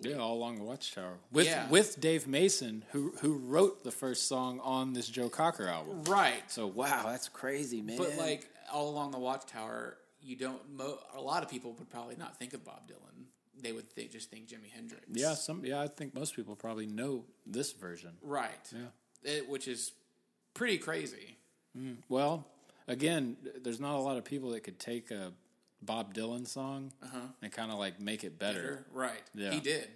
B: Yeah, all along the Watchtower with
A: Yeah.
B: with Dave Mason, who who wrote the first song on this Joe Cocker album.
A: Right.
B: So wow, that's crazy, man.
A: But like all along the Watchtower, you don't. Mo- a lot of people would probably not think of Bob Dylan. They would think, just think Jimi Hendrix.
B: yeah, some yeah, I think most people probably know this version.
A: Right.
B: Yeah.
A: It- which is pretty crazy.
B: Well, again, there's not a lot of people that could take a Bob Dylan song and kind of like make it Uh-huh. better.
A: Right.
B: Yeah. Mm.
A: He did.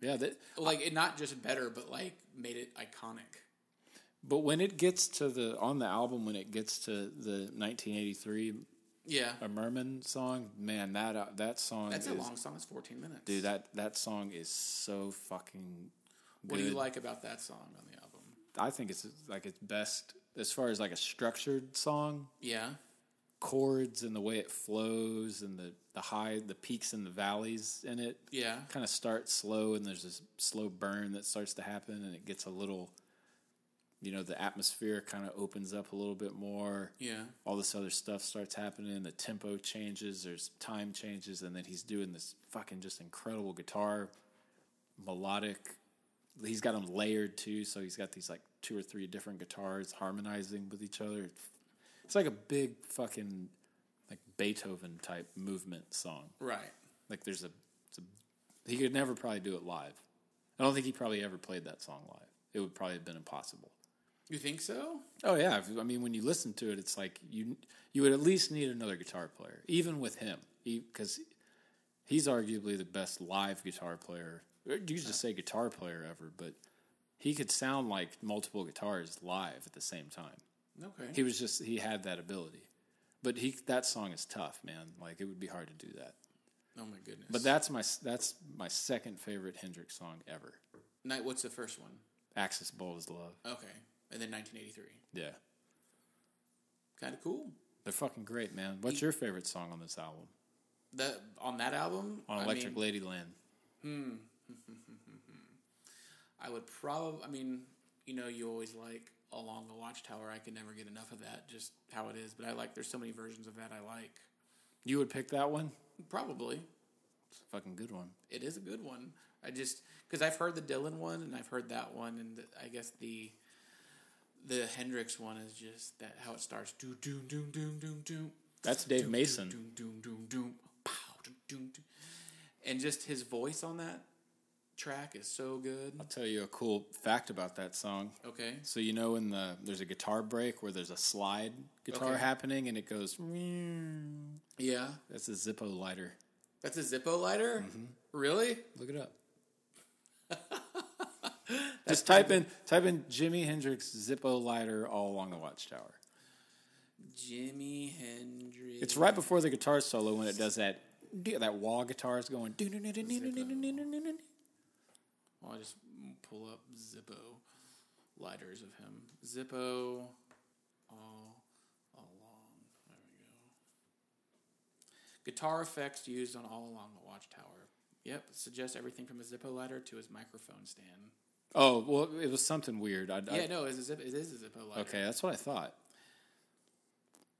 B: Yeah, that,
A: Like it not just better, but like made it iconic.
B: but when it gets to the on the album, when it gets to the 1983
A: Yeah.
B: a Merman song, man, that uh, that song
A: That's
B: is,
A: a long song. It's 14 minutes.
B: dude. That that song is so fucking. Good.
A: What do you like about that song on the album?
B: I think it's like its best as far as like a structured song.
A: Yeah.
B: chords and the way it flows and the, the high the peaks and the valleys in it
A: Yeah.
B: kind of start slow and there's this slow burn that starts to happen and it gets a little you know the atmosphere kind of opens up a little bit more
A: Yeah.
B: all this other stuff starts happening the tempo changes there's time changes and then he's doing this fucking just incredible guitar melodic he's got them layered too so he's got these like two or three different guitars harmonizing with each other it's like a big fucking like beethoven type movement song
A: Right.
B: like there's a, it's a he could never probably do it live i don't think he probably ever played that song live it would probably have been impossible
A: You think so?
B: Oh yeah, If- I mean when you listen to it, it's like you you would at least need another guitar player, even with him, because he's arguably the best live guitar player. or You could just say guitar player ever, but he could sound like multiple guitars live at the same time.
A: Okay.
B: He was just he had that ability, but he that song is tough, man. Like it would be hard to do that.
A: oh my goodness.
B: But that's my s- that's my second favorite Hendrix song ever.
A: night. What's the first one?
B: Axis Bold as Love.
A: Okay. And then 1983.
B: Yeah,
A: Kind of cool.
B: they're fucking great, man. What's your favorite song on this album?
A: That on that album.
B: On
A: I
B: Electric
A: mean,
B: Ladyland.
A: I would probably. I mean, you know, you always like along the Watchtower. I can never get enough of that. Just how it is. But I like. There's so many versions of that I like.
B: You would pick that one?
A: Probably.
B: It's a fucking good one.
A: it is a good one. I just because I've heard the Dylan one and I've heard that one, and I guess the the Hendrix one is just that how it starts. Doom doom doom doom doom doom.
B: That's Dave
A: Doom,
B: Mason.
A: Doom doom doom doom. Pow doom, doom doom. And just his voice on that track is so good.
B: I'll tell you a cool fact about that song.
A: Okay.
B: So you know in the there's a guitar break where there's a slide guitar
A: Okay.
B: happening and it goes "Meow."
A: Yeah.
B: that's a Zippo lighter.
A: That's a Zippo lighter.
B: Mm-hmm.
A: Really?
B: Look it
A: *laughs*
B: up. Just type in type in Jimi Hendrix Zippo lighter all along the watchtower.
A: Jimi Hendrix.
B: It's right before the guitar solo when it does that that wah guitar is going
A: Well, I just pull up Zippo lighters of him. Zippo all along. There we go. Guitar effects used on All Along the Watchtower. Yep, suggests everything from a Zippo lighter to his microphone stand.
B: Oh, well it was something weird. I,
A: yeah,
B: I,
A: no, it's a Zip, it is a Zippo lighter.
B: Okay, that's what I thought.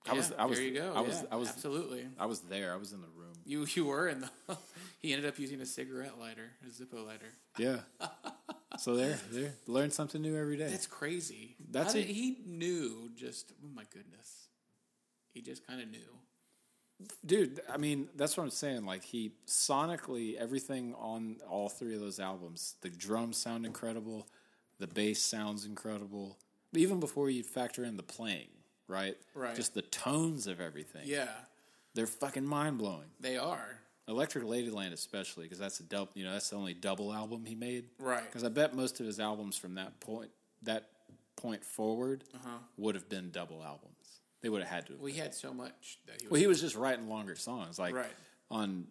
A: yeah,
B: I was- I was-
A: there you go.
B: I was-
A: yeah,
B: I was-
A: absolutely.
B: I was there. I was in the room.
A: You you were in the. *laughs* he ended up using a cigarette lighter, a Zippo lighter.
B: Yeah. so there, there. Learn something new every day.
A: That's crazy.
B: That's
A: That's
B: a-
A: did, he knew. Just oh my goodness, he just kind of knew.
B: Dude, I mean, that's what I'm saying. Like he sonically everything on all three of those albums. The drums sound incredible. The bass sounds incredible. Even before you factor in the playing, right?
A: Right.
B: Just the tones of everything.
A: Yeah,
B: They're fucking mind blowing.
A: they are.
B: Electric Ladyland, especially, because that's a double. You know, that's the only double album he made.
A: Right.
B: Because I bet most of his albums from that point, that point forward
A: Uh-huh.
B: would have been double albums. They would have had to. Have
A: We had so much that he was
B: Well, he was just writing longer songs. Like
A: Right.
B: on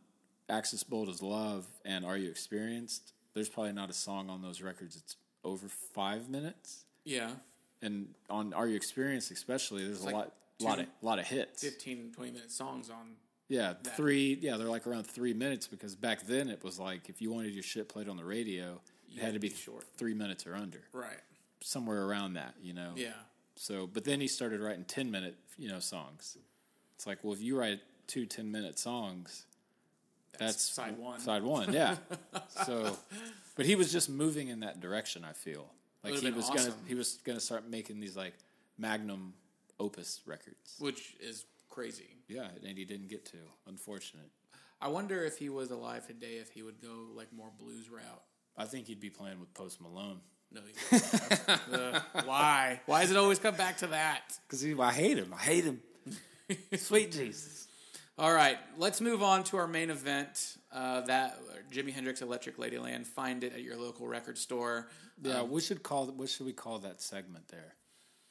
B: Axis Bold as Love and Are You Experienced, there's probably not a song on those records that's over five minutes.
A: yeah
B: And on Are You Experienced, especially, there's
A: like
B: a lot,
A: two-
B: lot of, lot of hits.
A: 15 20 minute songs on
B: Yeah, three. Yeah, they're like around three minutes because back then it was like if you wanted your shit played on the radio, it had to be
A: short.
B: three minutes or under,
A: right
B: somewhere around that, you know.
A: yeah
B: So, but then he started writing 10 minute, you know, songs. It's like, well, if you write two 10 minute songs, that's,
A: side one.
B: Side one, yeah.
A: *laughs*
B: so, but he was just moving in that direction, I feel. Like
A: Would've
B: he
A: been
B: was going to
A: awesome.
B: he was going to start making these like magnum opus records.
A: which is crazy
B: Yeah, and he didn't get to. Unfortunate.
A: i wonder if he was alive today if he would go like more blues route
B: I think he'd be playing with Post Malone.
A: no he *laughs* Ugh, why why does it always come back to that
B: Cuz I hate him. I hate
A: *laughs*
B: him. Sweet Jesus.
A: All right, let's move on to our main event. Uh, that Jimi Hendrix Electric Ladyland. Find it at your local record store.
B: Yeah,
A: Um,
B: we should call what should we call that segment there?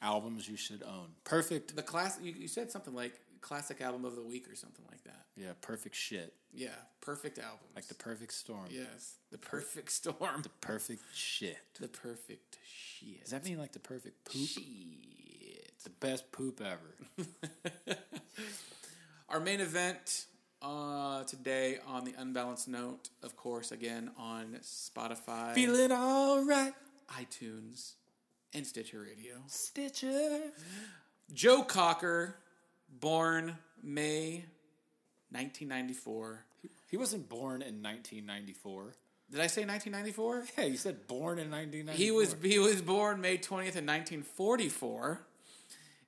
B: Albums you should own. Perfect
A: The class you, you said something like classic album of the week or something like that.
B: Yeah, perfect shit.
A: Yeah, perfect album.
B: Like the perfect storm.
A: yes, the perfect storm.
B: Perfect shit.
A: The perfect shit.
B: Does that mean like the perfect poop?
A: shit?
B: The best poop ever.
A: *laughs* Our main event uh, today on the unbalanced note, of course, again on Spotify,
B: Feeling alright,
A: iTunes, and Stitcher Radio.
B: Stitcher.
A: Joe Cocker, born May 1994.
B: He wasn't born in 1994.
A: Did I say 1994?
B: Yeah, you said born in 1994.
A: He was he was born May 20th in 1944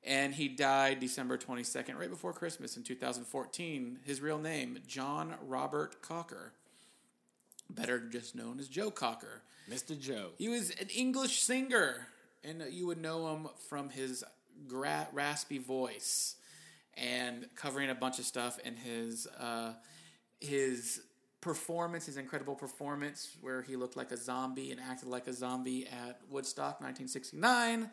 A: and he died December 22nd right before Christmas in 2014. His real name John Robert Cocker, better just known as Joe Cocker.
B: Mr. Joe.
A: He was an English singer, and you would know him from his gra- raspy voice and covering a bunch of stuff and his uh, his performance, his incredible performance where he looked like a zombie and acted like a zombie at Woodstock 1969.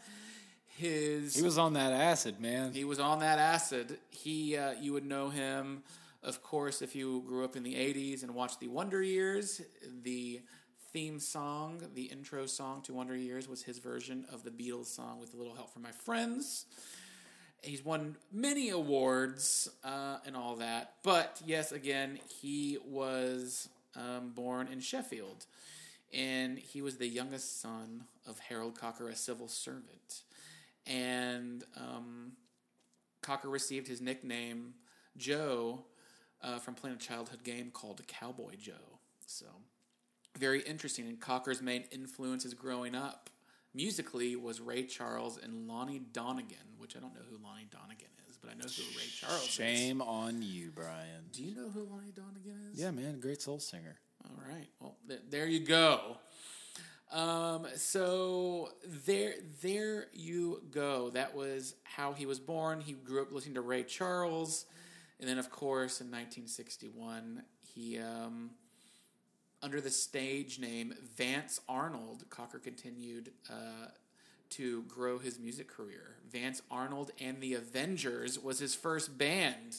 A: His
B: He was on that acid, man.
A: he was on that acid. He, uh, you would know him, of course, if you grew up in the '80s and watched the Wonder Years. The theme song, the intro song to Wonder Years, was his version of the Beatles song "With a Little Help from My Friends." He's won many awards uh, and all that. But yes, again, he was um, born in Sheffield. And he was the youngest son of Harold Cocker, a civil servant. And um, Cocker received his nickname, Joe, uh, from playing a childhood game called Cowboy Joe. So, very interesting. And Cocker's main influences growing up musically was Ray Charles and Lonnie Donegan, which I don't know who Lonnie Donegan is, but I know who Ray Charles is.
B: Shame on you, Brian.
A: Do you know who Lonnie Donegan is?
B: Yeah, man, great soul singer.
A: All right. Well, th- there you go. Um, so there, there you go. That was how he was born. He grew up listening to Ray Charles, and then, of course, in 1961, he, um, under the stage name Vance Arnold, Cocker continued uh, to grow his music career. Vance Arnold and the Avengers was his first band.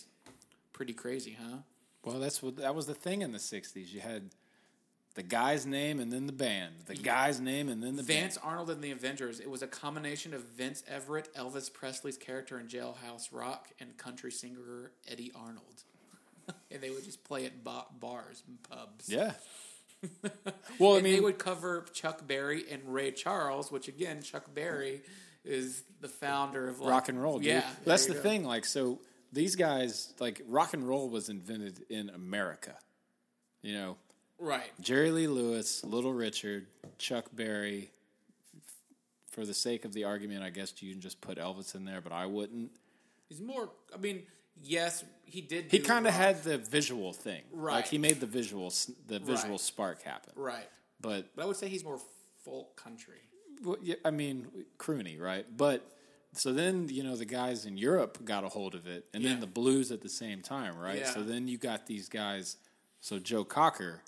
A: Pretty crazy, huh?
B: Well, that's what that was the thing in the '60s. You had the guy's name and then the band, the guy's name and then the band.
A: Vance Arnold and the Avengers. It was a combination of Vince Everett, Elvis Presley's character in Jailhouse Rock, and country singer Eddie Arnold. *laughs* and they would just play at ba- bars and pubs. *laughs*
B: Yeah. well, I
A: And they
B: mean,
A: would cover Chuck Berry and Ray Charles, which again, Chuck Berry is the founder of like,
B: rock and roll. Dude.
A: Yeah,
B: that's the
A: there you go.
B: thing. Like, so these guys, like, rock and roll was invented in America. You know,
A: Right.
B: Jerry Lee Lewis, Little Richard, Chuck Berry. For the sake of the argument, I guess you can just put Elvis in there, but I wouldn't.
A: He's more. I mean, yes, he did.
B: He
A: do
B: kind of
A: rock-
B: had the visual thing,
A: Right.
B: Like he made the visual, s- the visual
A: Right.
B: spark happen.
A: right,
B: But
A: but I would say he's more folk country.
B: well, yeah, I mean, croony, right? But so then you know the guys in Europe got a hold of it, and
A: Yeah.
B: then the blues at the same time, right?
A: Yeah.
B: So then you got these guys. So Joe Cocker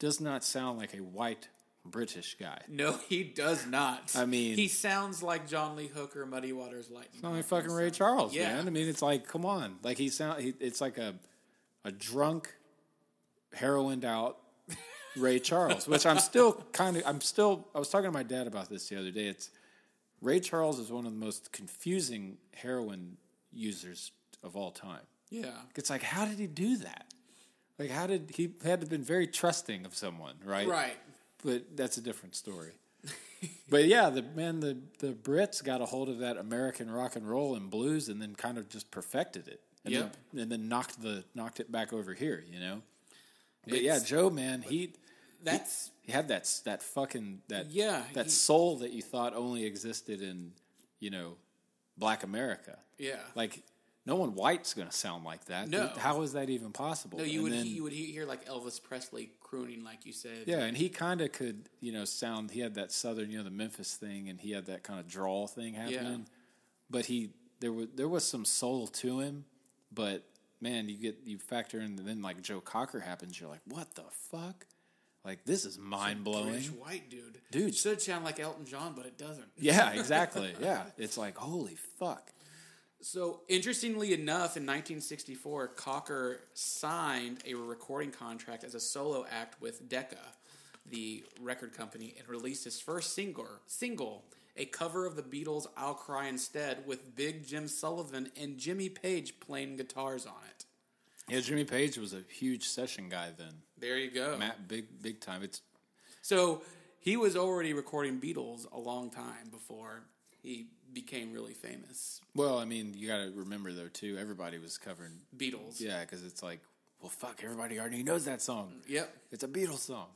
B: does not sound like a white British guy.
A: No, he does not.
B: I mean-
A: he sounds like John Lee Hooker, Muddy Waters, Lightning.
B: No, I mean,
A: Hopkins.
B: fucking Ray Charles,
A: Yeah.
B: man. I mean, it's like, come on, like he sound. He, it's like a a drunk, heroined out Ray Charles, which I'm still kind of. I'm still. I was talking to my dad about this the other day. It's Ray Charles is one of the most confusing heroin users of all time.
A: Yeah,
B: It's like, how did he do that? Like, how did he had to been very trusting of someone, right?
A: right.
B: but that's a different story. but yeah, the man, the the Brits got a hold of that American rock and roll and blues, and then kind of just perfected it. And
A: Yep.
B: then, and then knocked the knocked it back over here, you know. But yeah,
A: It's-
B: Joe, man, he
A: That's
B: he had that s- that fucking that
A: Yeah,
B: that
A: he-
B: soul that you thought only existed in you know Black America.
A: yeah.
B: Like no one white's going to sound like that.
A: No.
B: how is that even possible?
A: no, you
B: And
A: would
B: then-
A: he- you would he- hear like Elvis Presley crooning, like you said.
B: Yeah, and he kind of could, you know, sound. He had that southern, you know, the Memphis thing, and he had that kind of drawl thing happening. But he there was there was some soul to him. But man, you get you factor in, then like Joe Cocker happens, you're like, what the fuck? Like this is mind blowing.
A: British white dude.
B: Dude.
A: should sound like Elton John, but it doesn't. *laughs*
B: Yeah, exactly. yeah, it's like holy fuck.
A: So, interestingly enough, in 1964, Cocker signed a recording contract as a solo act with Decca, the record company, and released his first single, single, a cover of the Beatles' "I'll Cry Instead," with Big Jim Sullivan and Jimmy Page playing guitars on it.
B: Yeah, Jimmy Page was a huge session guy then.
A: There you go.
B: Matt, big big time. It's
A: So he was already recording Beatles a long time before he became really famous.
B: well, I mean, you got to remember though too. Everybody was covering,
A: Beatles.
B: yeah, because it's like, well, fuck, everybody already knows that song.
A: Yep.
B: It's a Beatles song.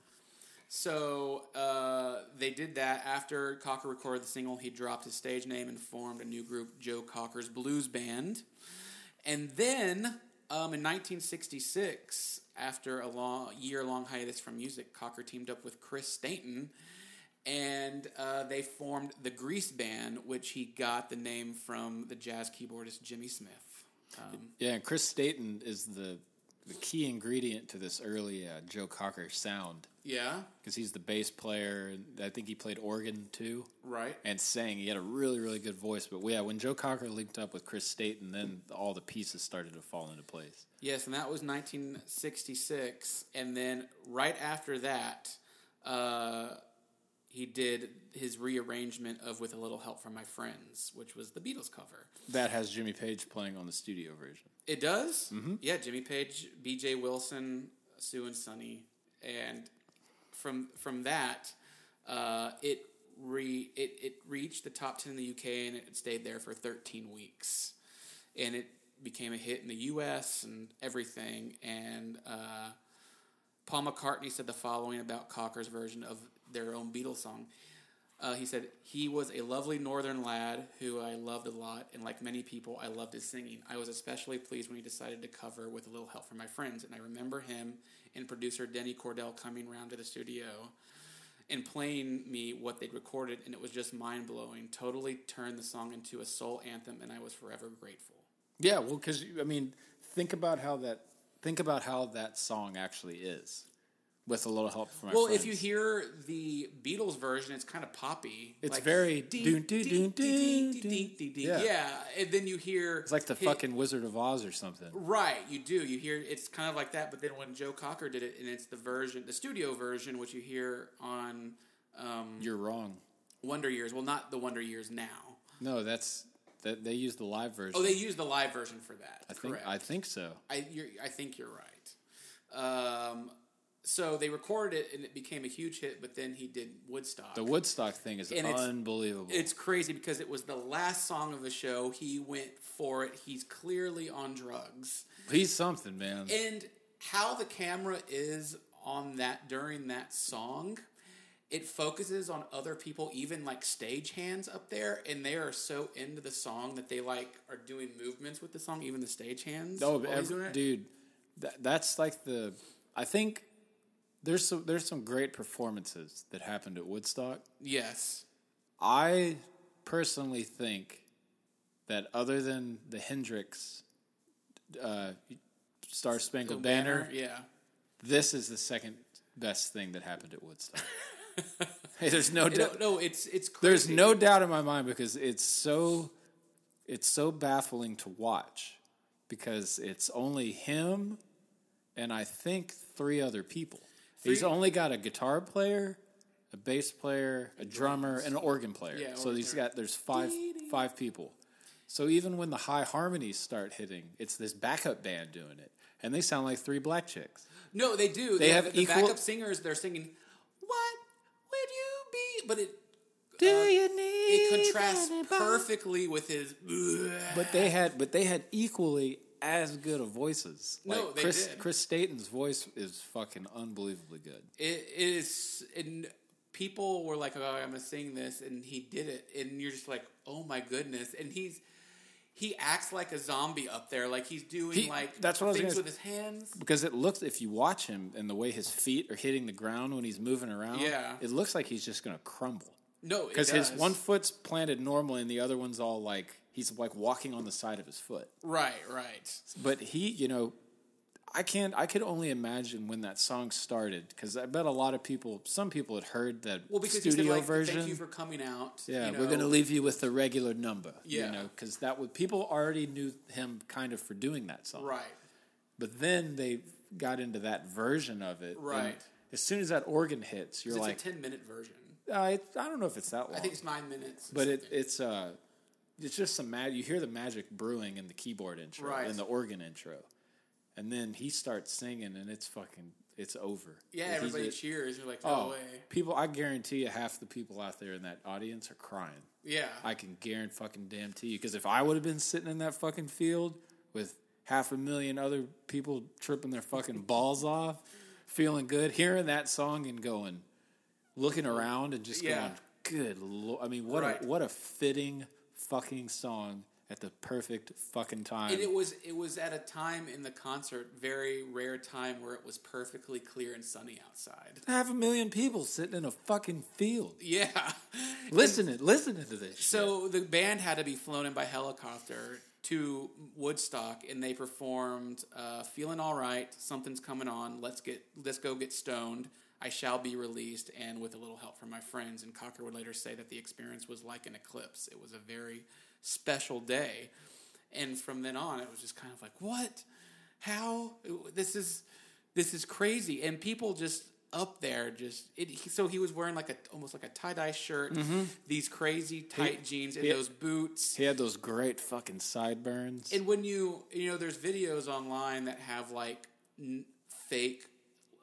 A: So uh, they did that after Cocker recorded the single. He dropped his stage name and formed a new group, Joe Cocker's Blues Band. And then um, in 1966, after a long year-long hiatus from music, Cocker teamed up with Chris Stainton, and uh, they formed the Grease Band, which he got the name from the jazz keyboardist Jimmy Smith. Um,
B: Yeah, and Chris Staten is the the key ingredient to this early uh, Joe Cocker sound
A: yeah,
B: because he's the bass player, and I think he played organ too
A: right.
B: and sang. He had a really really good voice, but yeah, when Joe Cocker linked up with Chris Staten, then all the pieces started to fall into place.
A: Yes, and that was 1966. And then right after that, uh, he did his rearrangement of With a Little Help from My Friends, which was the Beatles cover.
B: That has Jimmy Page playing on the studio version.
A: It does? Mm-hmm. Yeah, Jimmy Page, BJ Wilson, Sue and Sonny. And from from that, uh, it, re, it, it reached the top 10 in the UK and it stayed there for 13 weeks. And it became a hit in the US and everything. And. Uh, Paul McCartney said the following about Cocker's version of their own Beatles song. Uh, he said, He was a lovely northern lad who I loved a lot, and like many people, I loved his singing. I was especially pleased when he decided to cover with a little help from my friends, and I remember him and producer Denny Cordell coming round to the studio and playing me what they'd recorded, and it was just mind blowing. Totally turned the song into a soul anthem, and I was forever grateful.
B: Yeah, well, because I mean, think about how that think about how that song actually is, with a little help from my
A: Well,
B: friends.
A: if you hear the Beatles version, it's kind of poppy.
B: It's very
A: ding,
B: dun,
A: ding,
B: dun, dun,
A: ding, ding,
B: dun.
A: ding, ding, ding, ding.
B: Yeah.
A: Yeah, and then you hear
B: it's like the fucking Wizard of Oz or something.
A: right. You do. You hear it's kind of like that, but then when Joe Cocker did it, and it's the version, the studio version, which you hear on um,
B: You're wrong.
A: Wonder Years. Well, not the Wonder Years now.
B: No, that's that they use the live version.
A: Oh, they use the live version for that.
B: I think
A: Correct.
B: I think so.
A: I you're, I think you're right. Um, so they recorded it, and it became a huge hit. But then he did Woodstock.
B: The Woodstock thing is
A: And it's-
B: unbelievable.
A: It's crazy because it was the last song of the show. He went for it. He's clearly on drugs.
B: He's something, man.
A: And how the camera is on that during that song, it focuses on other people, even like stage hands up there, and they are so into the song that they like are doing movements with the song, even the stage hands.
B: oh,
A: while he's doing
B: every,
A: it.
B: dude, that, that's like the. I think there's some there's some great performances that happened at Woodstock.
A: Yes.
B: I personally think that other than the Hendrix uh, Star Spangled Banner,
A: Yeah.
B: this is the second best thing that happened at Woodstock. *laughs* Hey,
A: *laughs*
B: there's no doubt.
A: No, no, it's it's crazy.
B: There's no doubt in my mind because it's so it's so baffling to watch because it's only him and I think three other people. He's
A: Three-
B: only got a guitar player, a bass player, a drummer, and an organ player.
A: Yeah,
B: so
A: organ
B: he's
A: player.
B: got there's five five people. So even when the high harmonies start hitting, it's this backup band doing it. And they sound like three black chicks.
A: No, they do. They,
B: have
A: have, the
B: equal-
A: backup singers. They're singing, "What would you be?" But it
B: Do you need
A: it contrasts perfectly with his.
B: But they had, but they had equally as good of voices. Like
A: No, they
B: Chris,
A: did.
B: Chris Staten's voice is fucking unbelievably good.
A: It is. And people were like, "Oh, I'm gonna sing this," and he did it, and you're just like, "Oh my goodness!" And he's he acts like a zombie up there, like he's doing
B: He-
A: like
B: that's what I was
A: things
B: gonna-
A: with his hands.
B: Because it looks, if you watch him and the way his feet are hitting the ground when he's moving around,
A: Yeah.
B: it looks like he's just gonna crumble.
A: No,
B: Because
A: because
B: his one foot's planted normally, and the other one's all like he's like walking on the side of his foot.
A: right, right.
B: But he, you know, I can't. I could only imagine when that song started because I bet a lot of people, some people had heard that
A: Well, because
B: studio
A: he said, like,
B: version.
A: "Thank you for coming out."
B: Yeah,
A: you
B: we're going to
A: know.
B: leave you with the regular number.
A: Yeah.
B: You know, because that would people already knew him kind of for doing that song.
A: Right,
B: But then they got into that version of it. and
A: Right.
B: As soon as that organ hits, you're
A: it's
B: like,
A: a ten minute version.
B: uh, it, I don't know if it's that long.
A: I think it's nine minutes.
B: but it, it's uh, it's just some mag. You hear the magic brewing in the keyboard intro
A: Right.
B: and the organ intro, and then he starts singing, and it's fucking, it's over.
A: yeah,
B: He's
A: everybody
B: just-
A: cheers. You're like, no
B: Oh,
A: way.
B: people! I guarantee you, half the people out there in that audience are crying.
A: Yeah,
B: I can guarantee fucking damn to you. Because if I would have been sitting in that fucking field with half a million other people tripping
A: *laughs*
B: their fucking balls off, feeling good, hearing that song and going, looking around and just
A: Yeah.
B: going, good lord. I mean, what
A: Right.
B: a, what a fitting fucking song at the perfect fucking time.
A: and it was it was at a time in the concert, very rare time where it was perfectly clear and sunny outside. *laughs*
B: half a million people sitting in a fucking field.
A: Yeah,
B: Listening, listening to this. shit.
A: so the band had to be flown in by helicopter to Woodstock, and they performed uh, "Feeling All Right," "Something's Coming On," "Let's Get Let's Go Get Stoned." I shall be released, and with a little help from my friends. And Cocker would later say that the experience was like an eclipse. It was a very special day, and from then on, it was just kind of like, "What? How? This is this is crazy." And people just up there, just it, he, so he was wearing like a almost like a tie dye shirt, these crazy tight jeans, and
B: Mm-hmm. he-
A: those boots.
B: he had those great fucking sideburns.
A: And when you you know, there's videos online that have like n- fake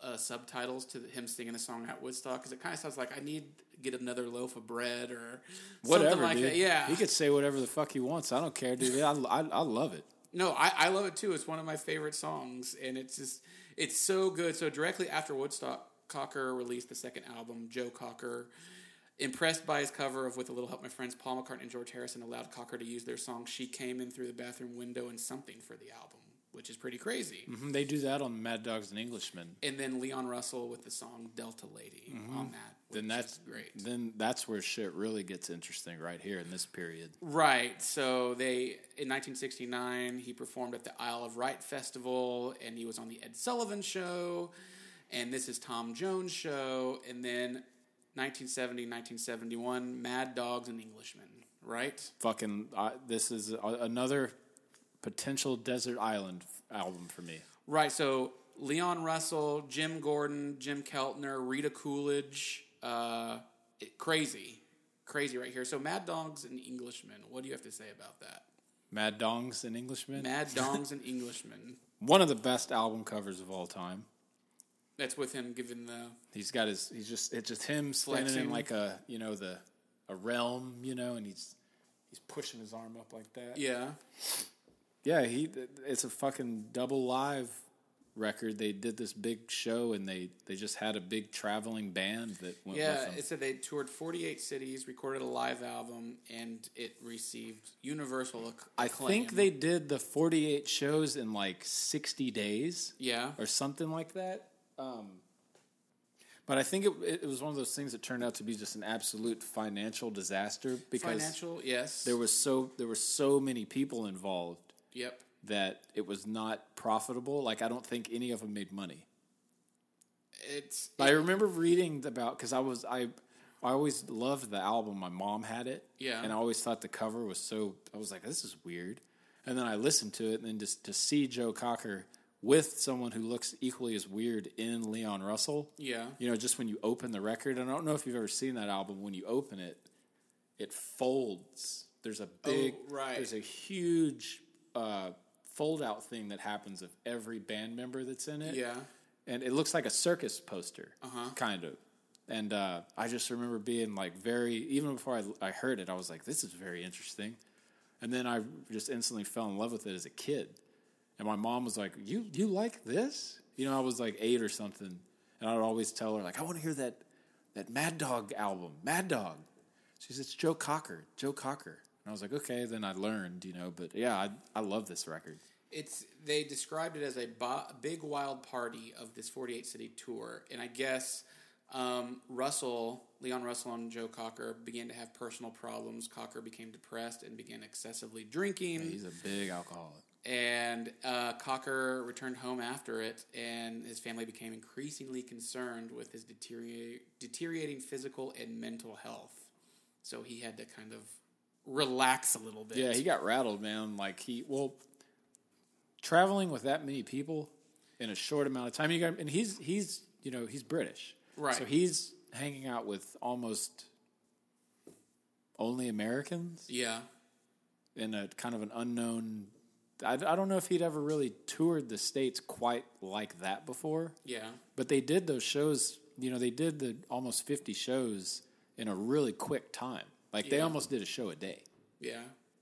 A: uh, subtitles to him singing the song at Woodstock because it kind of sounds like I need to get another loaf of bread or
B: whatever,
A: something like
B: dude.
A: that. Yeah,
B: he could say whatever the fuck he wants. I don't care, dude. I, I, I love it.
A: no, I, I love it too. It's one of my favorite songs, and it's just it's so good. So directly after Woodstock, Cocker released the second album, Joe Cocker. Impressed by his cover of "With a Little Help, My Friends," Paul McCartney and George Harrison allowed Cocker to use their song "She Came In Through the Bathroom Window" and something for the album, which is pretty crazy.
B: Mhm, They do that on Mad Dogs and Englishmen.
A: And then Leon Russell with the song "Delta Lady" on that.
B: Mm-hmm. Then
A: which
B: that's
A: is great.
B: Then that's where shit really gets interesting right here in this period.
A: Right. So they in 1969 he performed at the Isle of Wight festival and he was on the Ed Sullivan show and this is Tom Jones show and then 1970 1971 Mad Dogs and Englishmen, right?
B: Fucking, I this is a, another potential desert island f- album for me.
A: Right. So Leon Russell, Jim Gordon, Jim Keltner, Rita Coolidge, uh it- crazy. Crazy right here. So Mad Dogs and Englishmen. What do you have to say about that?
B: Mad Dogs and Englishmen,
A: Mad Dogs and Englishmen.
B: one of the best album covers of all time.
A: That's with him giving the
B: He's got his. He's just. It's just him standing
A: Flexing.
B: in like a you know the a realm you know, and he's he's pushing his arm up like that.
A: Yeah.
B: Yeah, he. It's a fucking double live record. They did this big show, and they they just had a big traveling band that went with
A: Yeah,
B: them.
A: it said they toured 48 cities, recorded a live album, and it received universal acc-
B: I
A: acclaim.
B: think they did the forty eight shows in like sixty days
A: Yeah.
B: or something like that. Um, but I think it, it was one of those things that turned out to be just an absolute financial disaster because
A: Financial, yes.
B: there was so there were so many people involved
A: Yep.
B: that it was not profitable. Like I don't think any of them made money.
A: It's
B: I remember reading about because I was I I always loved the album. My mom had it,
A: Yeah.
B: and I always thought the cover was so. I was like, this is weird. And then I listened to it, and then just to see Joe Cocker with someone who looks equally as weird in Leon Russell,
A: yeah.
B: you know, just when you open the record. And I don't know if you've ever seen that album. When you open it, it folds. There's a big,
A: Oh, right.
B: there's a huge uh, fold out thing that happens of every band member that's in it
A: Yeah.
B: and it looks like a circus poster, kind of. And uh, I just remember being like very, even before I, I heard it, I was like, this is very interesting. And then I just instantly fell in love with it as a kid. And my mom was like, you, you like this? You know, I was like eight or something. And I would always tell her, like, I want to hear that, that Mad Dog album, Mad Dog. She says, it's Joe Cocker, Joe Cocker. And I was like, okay, then I learned, you know, but yeah, I, I love this record.
A: It's they described it as a bo- big wild party of this 48 city tour, and I guess um, Russell, Leon Russell, and Joe Cocker began to have personal problems. Cocker became depressed and began excessively drinking,
B: He's a big alcoholic.
A: and uh, Cocker returned home after it, and his family became increasingly concerned with his deteriorate, deteriorating physical and mental health. So he had to kind of relax a little bit.
B: Yeah, he got rattled, man. Like he well, traveling with that many people in a short amount of time. He got, and he's he's you know he's British,
A: Right.
B: So he's hanging out with almost only Americans
A: yeah,
B: in a kind of an unknown. I, I don't know if he'd ever really toured the states quite like that before,
A: yeah.
B: but they did those shows. You know, they did the almost fifty shows in a really quick time. Like they
A: Yeah.
B: almost did a show a day
A: yeah.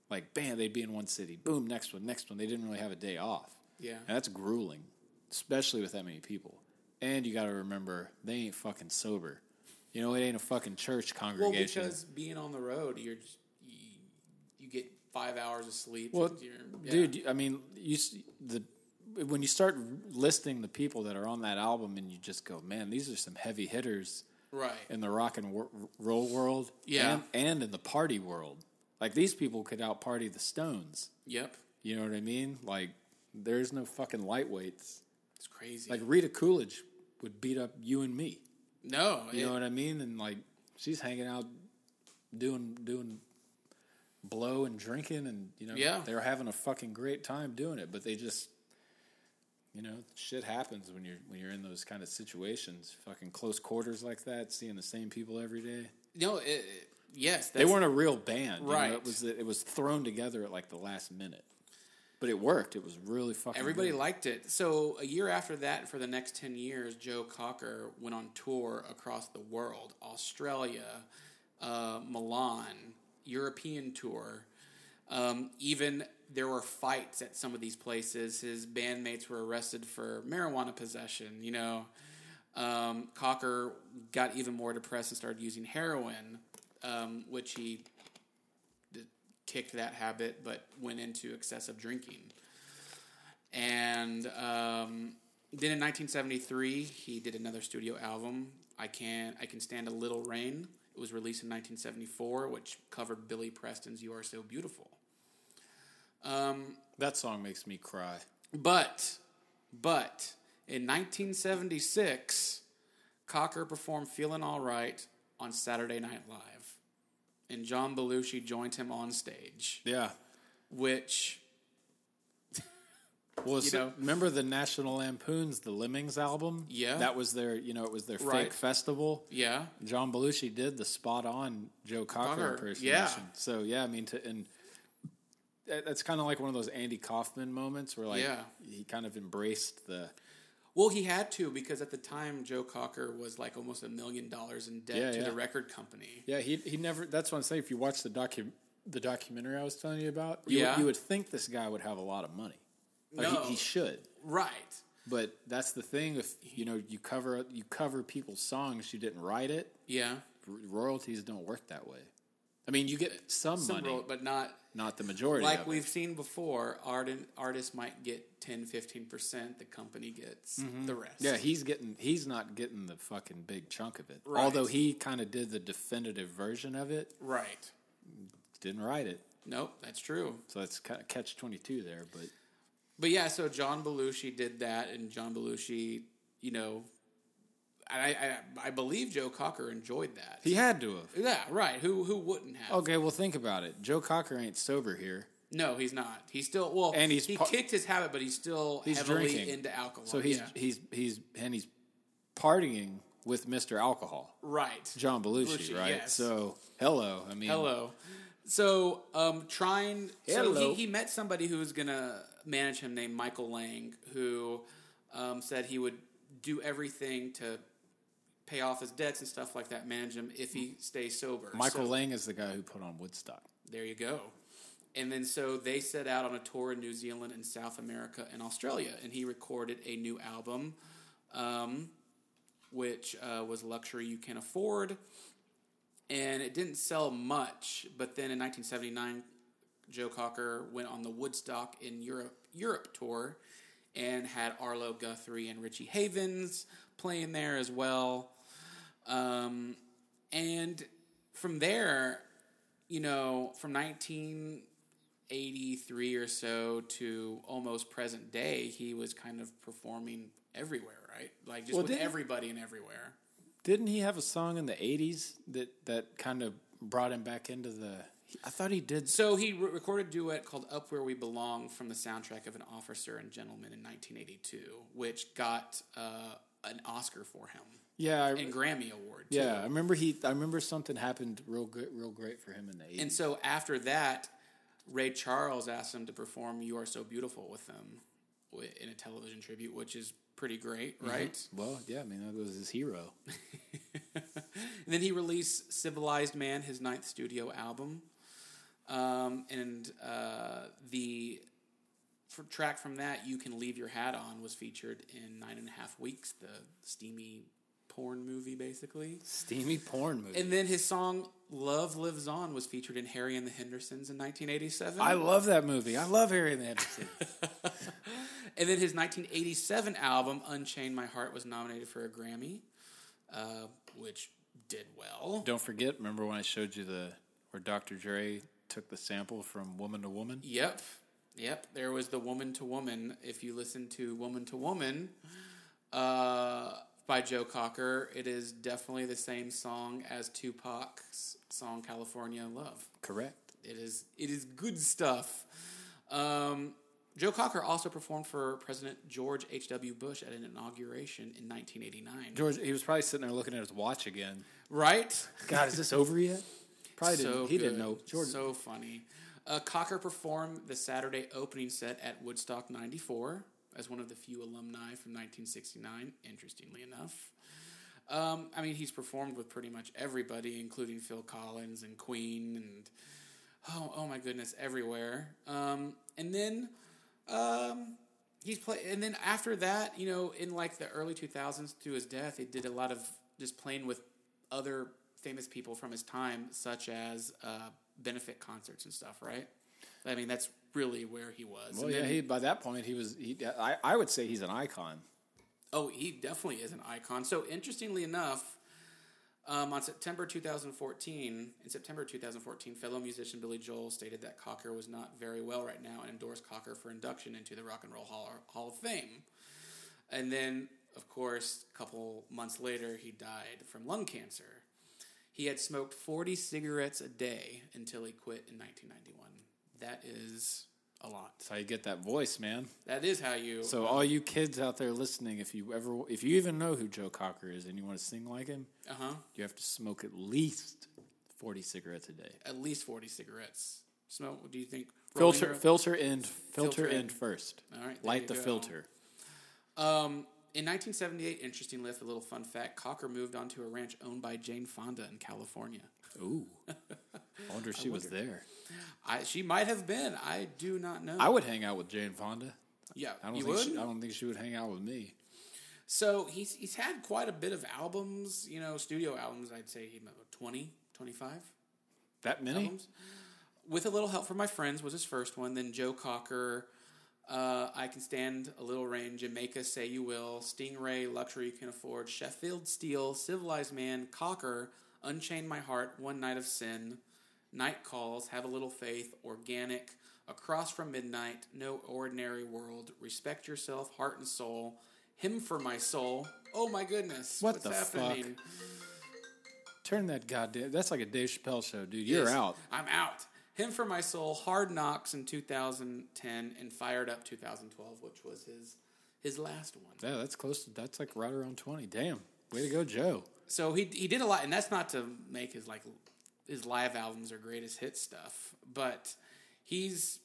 B: like bam, they'd be in one city, boom, next one, next one. They didn't really have a day off.
A: Yeah.
B: And that's grueling, especially with that many people. And you got to remember, they ain't fucking sober. You know, it ain't a fucking church
A: Well,
B: congregation.
A: because being on the road, you're just, you, you get five hours of sleep.
B: Well,
A: and you're- yeah.
B: dude, you- I mean, you s- the when you start listing the people that are on that album, and you just go, man, these are some heavy hitters
A: right?
B: in the rock and wor- roll world,
A: Yeah.
B: and, and in the party world. Like these people could out party the Stones.
A: yep,
B: You know what I mean? Like, there's no fucking lightweights.
A: it's crazy.
B: Like Rita Coolidge would beat up you and me.
A: no,
B: You
A: it-
B: know what I mean? And like, she's hanging out, doing doing blow and drinking, and you know,
A: Yeah.
B: they're having a fucking great time doing it. But they just, you know, shit happens when you're when you're in those kind of situations, fucking close quarters like that, seeing the same people every day.
A: no, it, it- yes,
B: They
A: that's,
B: weren't a real band, you know,
A: Right.
B: It was it was thrown together at like the last minute, but it worked. It was really fucking.
A: Everybody
B: good.
A: liked it. So a year after that, for the next ten years, Joe Cocker went on tour across the world: Australia, uh, Milan, European tour. Um, even there were fights at some of these places. His bandmates were arrested for marijuana possession. You know, um, Cocker got even more depressed and started using heroin, um, which he d- kicked that habit, but went into excessive drinking. And um, then in 1973, he did another studio album, I Can I Can Stand a Little Rain. It was released in 1974, which covered Billy Preston's "You Are So Beautiful." Um,
B: That song makes me cry.
A: but, but in 1976, Cocker performed "Feeling All Right" on Saturday Night Live, and John Belushi joined him on stage,
B: Yeah.
A: which
B: Well, so-
A: know?
B: remember the National Lampoon's The Lemmings album?
A: Yeah.
B: That was their, you know, it was their
A: Right.
B: fake festival.
A: yeah,
B: John Belushi did the spot on Joe Cocker
A: Cocker,
B: impersonation.
A: yeah.
B: So, yeah, I mean, to, and that- that's kind of like one of those Andy Kaufman moments where, like,
A: Yeah.
B: he kind of embraced the,
A: Well, he had to because at the time Joe Cocker was like almost a million dollars in debt
B: Yeah,
A: to the
B: yeah.
A: record company.
B: yeah, he, he never, that's what I'm saying. If you watch the docu- the documentary I was telling you about, you,
A: Yeah.
B: would, you would think this guy would have a lot of money. Like,
A: No.
B: he, he should.
A: Right.
B: But that's the thing. If you know you cover you cover people's songs, you didn't write it.
A: Yeah.
B: r- royalties don't work that way. I mean, you get some,
A: Some
B: money,
A: role, but not
B: not the majority.
A: like
B: of it.
A: we've seen before. Art artists might get 10, 15%. The company gets the rest.
B: Mm-hmm. Yeah, he's getting he's not getting the fucking big chunk of it.
A: Right.
B: Although he kind of did the definitive version of it,
A: right.
B: didn't write it,
A: Nope, that's true.
B: so that's kind of catch twenty two there. But
A: But yeah, so John Belushi did that, and John Belushi, you know, and I, I I believe Joe Cocker enjoyed that.
B: He Oh, had to have.
A: yeah, right. Who who wouldn't have?
B: Okay, well think about it. Joe Cocker ain't sober here,
A: No, he's not. He's still well,
B: And he's
A: he
B: par-
A: kicked his habit, but he's still
B: He's
A: heavily
B: drinking.
A: into alcohol.
B: so he's
A: yeah.
B: he's he's and he's partying with Mister Alcohol,
A: right.
B: John Belushi,
A: Belushi,
B: right?
A: yes.
B: So hello, I mean,
A: Hello. So, um, trying. So
B: Hello.
A: he, he met somebody who was gonna manage him named Michael Lang, who um, said he would do everything to pay off his debts and stuff like that, manage him if he stays sober.
B: Michael
A: So-
B: Lang is the guy who put on Woodstock.
A: There you go. And then so they set out on a tour in New Zealand and South America and Australia, and he recorded a new album, um, which uh, was Luxury You Can Afford. And it didn't sell much, but then in 1979, Joe Cocker went on the Woodstock in Europe Europe tour, and had Arlo Guthrie and Richie Havens playing there as well. Um, and from there, you know, from 1983 or so to almost present day, he was kind of performing everywhere, right? Like just
B: Well,
A: with
B: didn't-
A: everybody and everywhere.
B: Didn't he have a song in the '80s that that kind of brought him back into the? I thought he did.
A: So he re- recorded a duet called Up Where We Belong from the soundtrack of An Officer and Gentleman in 1982, which got uh, an Oscar for him
B: Yeah, I,
A: and Grammy Award. Too.
B: yeah. I remember he. I remember something happened real good, real great for him in the '80s.
A: And so after that, Ray Charles asked him to perform You Are So Beautiful with them wi- in a television tribute, which is pretty great, right?
B: well, yeah, I mean that was his hero.
A: And then he released Civilized Man, his ninth studio album. Um, and uh, the for track from that, You Can Leave Your Hat On, was featured in Nine and a Half Weeks, the steamy porn movie, basically.
B: Steamy porn movie.
A: And then his song Love Lives On was featured in Harry and the Hendersons in 1987.
B: I love that movie. I love Harry and the Hendersons.
A: And then his 1987 album, Unchain My Heart, was nominated for a Grammy, uh, which did well.
B: *laughs* Don't forget. Remember when I showed you the where Dr. Dre took the sample from Woman to Woman?
A: Yep. Yep. There was the Woman to Woman. If you listen to Woman to Woman uh, by Joe Cocker, it is definitely the same song as Tupac's song California Love.
B: Correct.
A: It is it is good stuff. Um, Joe Cocker also performed for President George H.W. Bush at an inauguration in 1989.
B: George, he was probably sitting there looking at his watch again.
A: right?
B: God, is this over yet? Probably didn't. He didn't
A: good.
B: know. George,
A: So funny. Uh, Cocker performed the Saturday opening set at Woodstock 94 as one of the few alumni from 1969, interestingly enough. Um, I mean, he's performed with pretty much everybody, including Phil Collins and Queen and, oh, oh my goodness, everywhere. Um, and then um, he's play, and then after that, you know, in like the early two thousands to his death, he did a lot of just playing with other famous people from his time, such as uh, benefit concerts and stuff. Right? I mean, that's really where he was.
B: well,
A: And
B: Oh, yeah.
A: then-
B: He by that point he was. He, I, I would say he's an icon.
A: Oh, he definitely is an icon. So interestingly enough, um, on September 2014, in September 2014, fellow musician Billy Joel stated that Cocker was not very well right now and endorsed Cocker for induction into the Rock and Roll Hall, Hall of Fame. And then, of course, a couple months later, he died from lung cancer. He had smoked 40 cigarettes a day until he quit in 1991. That is a lot.
B: That's how you get that voice, man.
A: That is how you.
B: So all you kids out there listening, if you ever, if you even know who Joe Cocker is and you want to sing like him,
A: uh huh.
B: you have to smoke at least forty cigarettes a day.
A: at least 40 cigarettes. Smoke, do you think? rolling
B: Filter,
A: your-
B: filter end, filter,
A: Filter
B: end
A: end.
B: first.
A: All right, there
B: light
A: you
B: the
A: go.
B: filter.
A: Um, in 1978, interesting lift, a little fun fact Cocker moved onto a ranch owned by Jane Fonda in California.
B: Ooh, *laughs* I wonder if she was there.
A: I, she might have been. I do not know.
B: I would hang out with Jane Fonda.
A: yeah,
B: I don't
A: you
B: think
A: would?
B: She, I don't think she would hang out with me.
A: So he's, he's had quite a bit of albums, you know, studio albums. I'd say he about 20, 25.
B: That many?
A: albums. With a little help from my friends was his first one. Then Joe Cocker, uh, I can stand a little rain, Jamaica, say you will, Stingray, luxury you can afford, Sheffield Steel, Civilized Man, Cocker, Unchain My Heart, One Night of Sin, Night Calls, Have a Little Faith, Organic, Across from Midnight, No Ordinary World, Respect Yourself, Heart and Soul, Him for my soul. Oh my goodness.
B: What
A: what's
B: the fuck?
A: happening?
B: Turn that goddamn. That's like a Dave Chappelle show, dude. You're
A: Yes,
B: out.
A: I'm out. Him for my soul, Hard Knocks in 2010, and Fired Up 2012, which was his his last one.
B: Yeah, that's close. To, that's like right around twenty. Damn, way to go, Joe.
A: So he he did a lot, and that's not to make his like his live albums or greatest hit stuff, but he's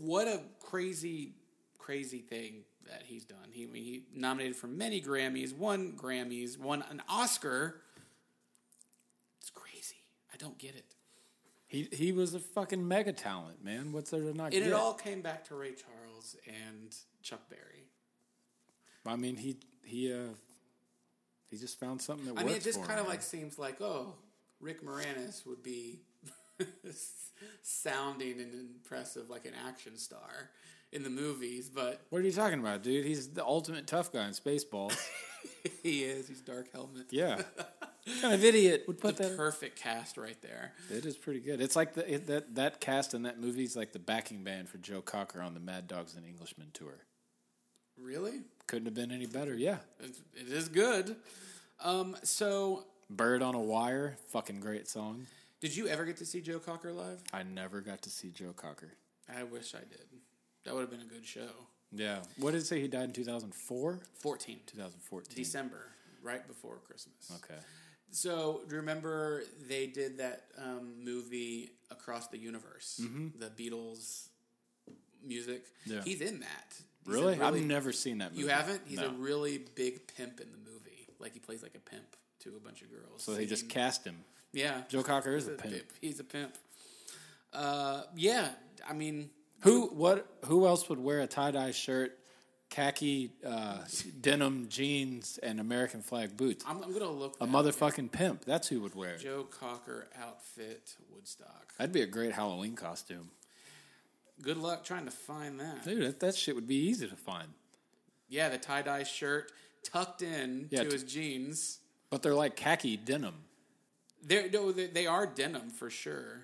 A: what a crazy crazy thing that he's done. He I mean, he nominated for many Grammys, won Grammys, won an Oscar. It's crazy. I don't get it.
B: He he was a fucking mega talent, man. What's there to not
A: And
B: get?
A: it all came back to Ray Charles and Chuck Berry.
B: I mean, he he uh, he just found something that
A: I
B: worked
A: mean, it just
B: for
A: kind of
B: him, man.
A: like seems like oh, Rick Moranis would be *laughs* sounding and impressive like an action star in the movies, but
B: What are you talking about, dude? He's the ultimate tough guy in
A: *laughs*
B: Spaceballs.
A: he is he's dark helmet. *laughs*
B: yeah, what kind of idiot would put that.
A: Perfect cast right there.
B: It is pretty good. It's like the, it, that that cast in that movie is like the backing band for Joe Cocker on the Mad Dogs and Englishmen tour.
A: Really,
B: Couldn't have been any better. Yeah,
A: it, it is good. Um, so
B: Bird on a Wire, fucking great song.
A: did you ever get to see Joe Cocker live?
B: I never got to see Joe Cocker.
A: I wish I did. That would have been a good show.
B: Yeah, what did it say? He died in two thousand four,
A: Fourteen
B: two thousand fourteen.
A: December, right before Christmas.
B: Okay,
A: So, do you remember they did that um, movie Across the Universe? The Beatles music.
B: Mm-hmm. Yeah.
A: He's in that. He's a
B: really?
A: really-
B: I've never seen that movie.
A: you haven't? He's a
B: No.
A: really big pimp in the movie. Like he plays like a pimp to a bunch of girls.
B: so they just cast him.
A: yeah.
B: Joe Cocker is a
A: He's a
B: pimp.
A: He's a pimp. Uh, yeah. I mean,
B: Who what? Who else would wear a tie dye shirt, khaki uh, denim jeans, and American flag boots?
A: I'm, I'm gonna look
B: A
A: that
B: motherfucking pimp. That's who would wear it.
A: Joe Cocker outfit Woodstock.
B: That'd be a great Halloween costume,
A: Good luck trying to find that.
B: dude. That, that shit would be easy to find.
A: Yeah, the tie dye shirt tucked in
B: Yeah,
A: to
B: t-
A: his jeans.
B: But they're like khaki denim
A: They're, no, they, they are denim for sure.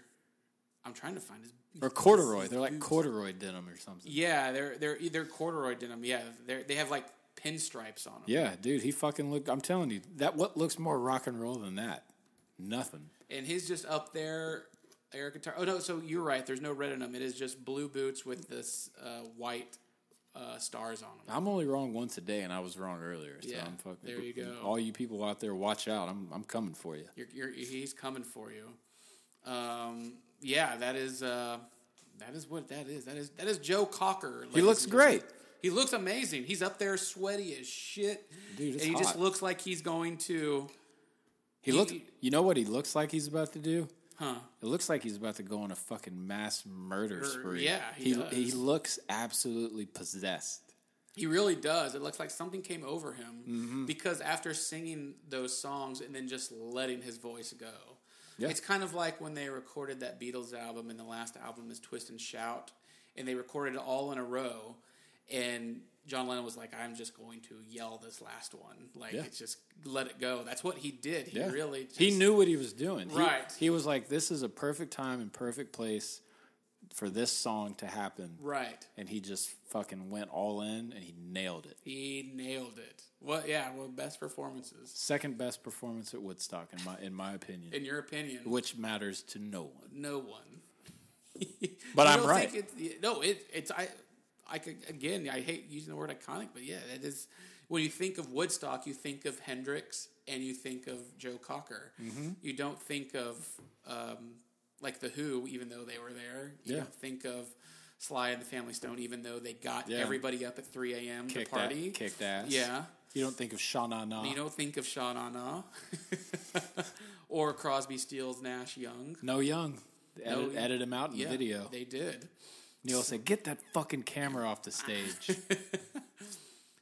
A: I'm trying to find his.
B: or corduroy. They're like corduroy denim or something.
A: Yeah, they're they're either corduroy denim. Yeah, they they have like pinstripes on them.
B: Yeah, dude. He fucking looked. I'm telling you, that what looks more rock and roll than that? Nothing.
A: And his just up there, air guitar. Oh no, so you're right. There's no red in them. It is just blue boots with this uh, white uh, stars on them.
B: I'm only wrong once a day, and I was wrong earlier. So
A: Yeah,
B: I'm fucking.
A: there you go.
B: All you people out there, watch out. I'm I'm coming for you.
A: You're, you're, he's coming for you. Um, yeah, that is uh, that is what that is. That is that is Joe Cocker.
B: He looks great.
A: He looks amazing. He's up there sweaty as shit.
B: Dude, it's
A: and he just
B: hot.
A: looks like he's going to
B: He looks. You know what he looks like? He's about to do.
A: huh.
B: It looks like he's about to go on a fucking mass murder spree.
A: yeah, he
B: he
A: does.
B: he looks absolutely possessed.
A: He really does. It looks like something came over him
B: Mm-hmm.
A: because after singing those songs and then just letting his voice go.
B: Yeah.
A: It's kind of like when they recorded that Beatles album and the last album is Twist and Shout and they recorded it all in a row and John Lennon was like I'm just going to yell this last one. Like
B: Yeah.
A: it's just let it go. That's what he did. He
B: Yeah.
A: really just,
B: he knew what he was doing. He-
A: Right.
B: He, was like, "This is a perfect time and perfect place for this song to happen,"
A: right.
B: and he just fucking went all in and he nailed it.
A: He nailed it. What? Yeah. Well, best performances
B: Second best performance at Woodstock in my in my opinion,
A: in your opinion?
B: which matters to no one.
A: no one. *laughs* You
B: But I'm
A: don't
B: right.
A: think it's- no, it, it's I. I could, again. I hate using the word iconic, but yeah, that is when you think of Woodstock, you think of Hendrix and you think of Joe Cocker.
B: Mm-hmm.
A: You don't think of um, like the Who, even though they were there. You
B: Yeah.
A: don't think of Sly and the Family Stone, even though they got
B: Yeah.
A: everybody up at three a.m. to
B: Kicked
A: party.
B: ass, kicked ass.
A: Yeah.
B: You don't think of Sha Na Na.
A: You don't think of Sha Na Na *laughs* or Crosby, Steals, Nash, Young.
B: No Young. They
A: No
B: Edit,
A: Young.
B: edit him out in
A: Yeah,
B: video.
A: They did.
B: Neil said, "Get that fucking camera off
A: *laughs*
B: the stage."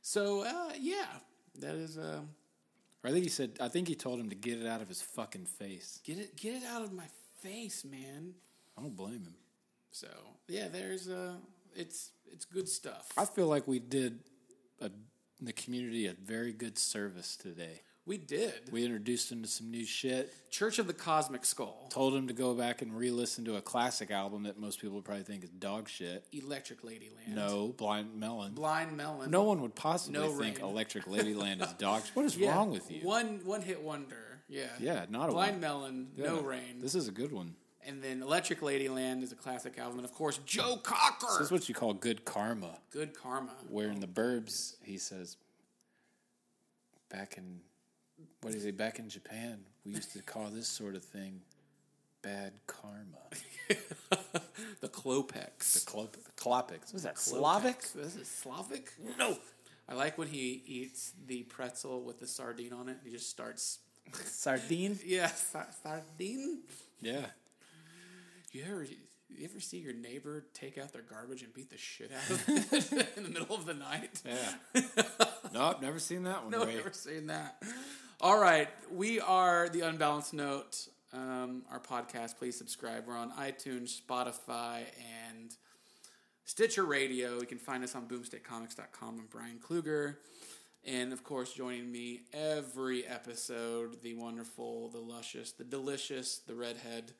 A: So uh, yeah, that is uh,
B: or I think he said. I think he told him to get it out of his fucking face.
A: get it get it out of my face, man.
B: I don't blame him.
A: So yeah, there's uh, it's it's good stuff.
B: I feel like we did a, the community a very good service today.
A: We did.
B: We introduced him to some new shit.
A: Church of the Cosmic Skull,
B: Told him to go back and re-listen to a classic album that most people probably think is dog shit.
A: Electric Ladyland,
B: No, Blind Melon.
A: Blind Melon.
B: No one would possibly
A: No
B: think
A: rain.
B: Electric Ladyland is dog shit. What
A: *laughs*
B: is
A: Yeah.
B: wrong with you?
A: One one hit wonder. Yeah.
B: Yeah, not a
A: Blind
B: one.
A: Melon, No
B: Yeah.
A: Rain,
B: This is a good one.
A: and then Electric Ladyland is a classic album, and of course Joe
B: This
A: Cocker.
B: is what you call good karma.
A: Good Karma.
B: Where in the burbs he says, back in, what is he, back in Japan, we used to call this sort of thing bad karma.
A: *laughs* The Clopex.
B: Klop- Klopix. Was that
A: Clopex. This is Slavic.
B: No.
A: I like when he eats the pretzel with the sardine on it. He just starts.
B: Sardine?
A: Yeah, *laughs* sa- sardine.
B: Yeah.
A: You ever you ever see your neighbor take out their garbage and beat the shit out of it *laughs* in the middle of the night?
B: Yeah. *laughs* nope, never seen that one.
A: No, *laughs* I've
B: Ray.
A: never seen that. All right, we are the Unbalanced Note. Um, our podcast, please subscribe. We're on iTunes, Spotify, and Stitcher Radio. You can find us on boomstickcomics.com and Brian Kluger. And of course, joining me every episode, the wonderful, the luscious, the delicious, the redhead,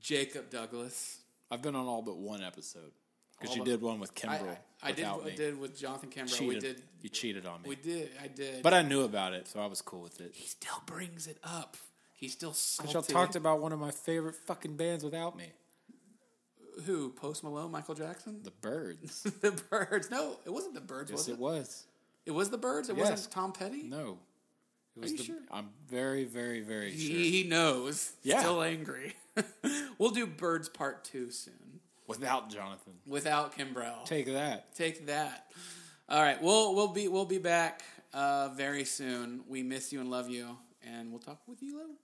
A: Jacob Douglas.
B: I've been on all but one episode. Because
A: All
B: you
A: but-
B: did one with
A: I,
B: Kimbrel.
A: I, I did.
B: without
A: I
B: me.
A: did with Jonathan Cameron.
B: Cheated.
A: We did.
B: You cheated on me.
A: We did. I did.
B: but I knew about it, so I was cool with it.
A: he still brings it up. He's still salty.
B: Y'all talked about one of my favorite fucking bands without me,
A: Who? Post Malone, Michael Jackson,
B: the *laughs*
A: *laughs*
B: Birds.
A: the, Birds. No, it wasn't the Birds.
B: yes,
A: was it?
B: it was.
A: It was the Birds. It
B: Yes.
A: wasn't Tom Petty.
B: No, it was
A: you
B: the.
A: sure?
B: I'm very, very, *laughs* very sure.
A: He, he knows.
B: Yeah.
A: Still angry. *laughs* we'll do Birds Part Two soon
B: Without Jonathan,
A: without Kimbrell.
B: take that.
A: Take that. All right. We'll we'll be we'll be back uh, very soon. We miss you and love you, and we'll talk with you later.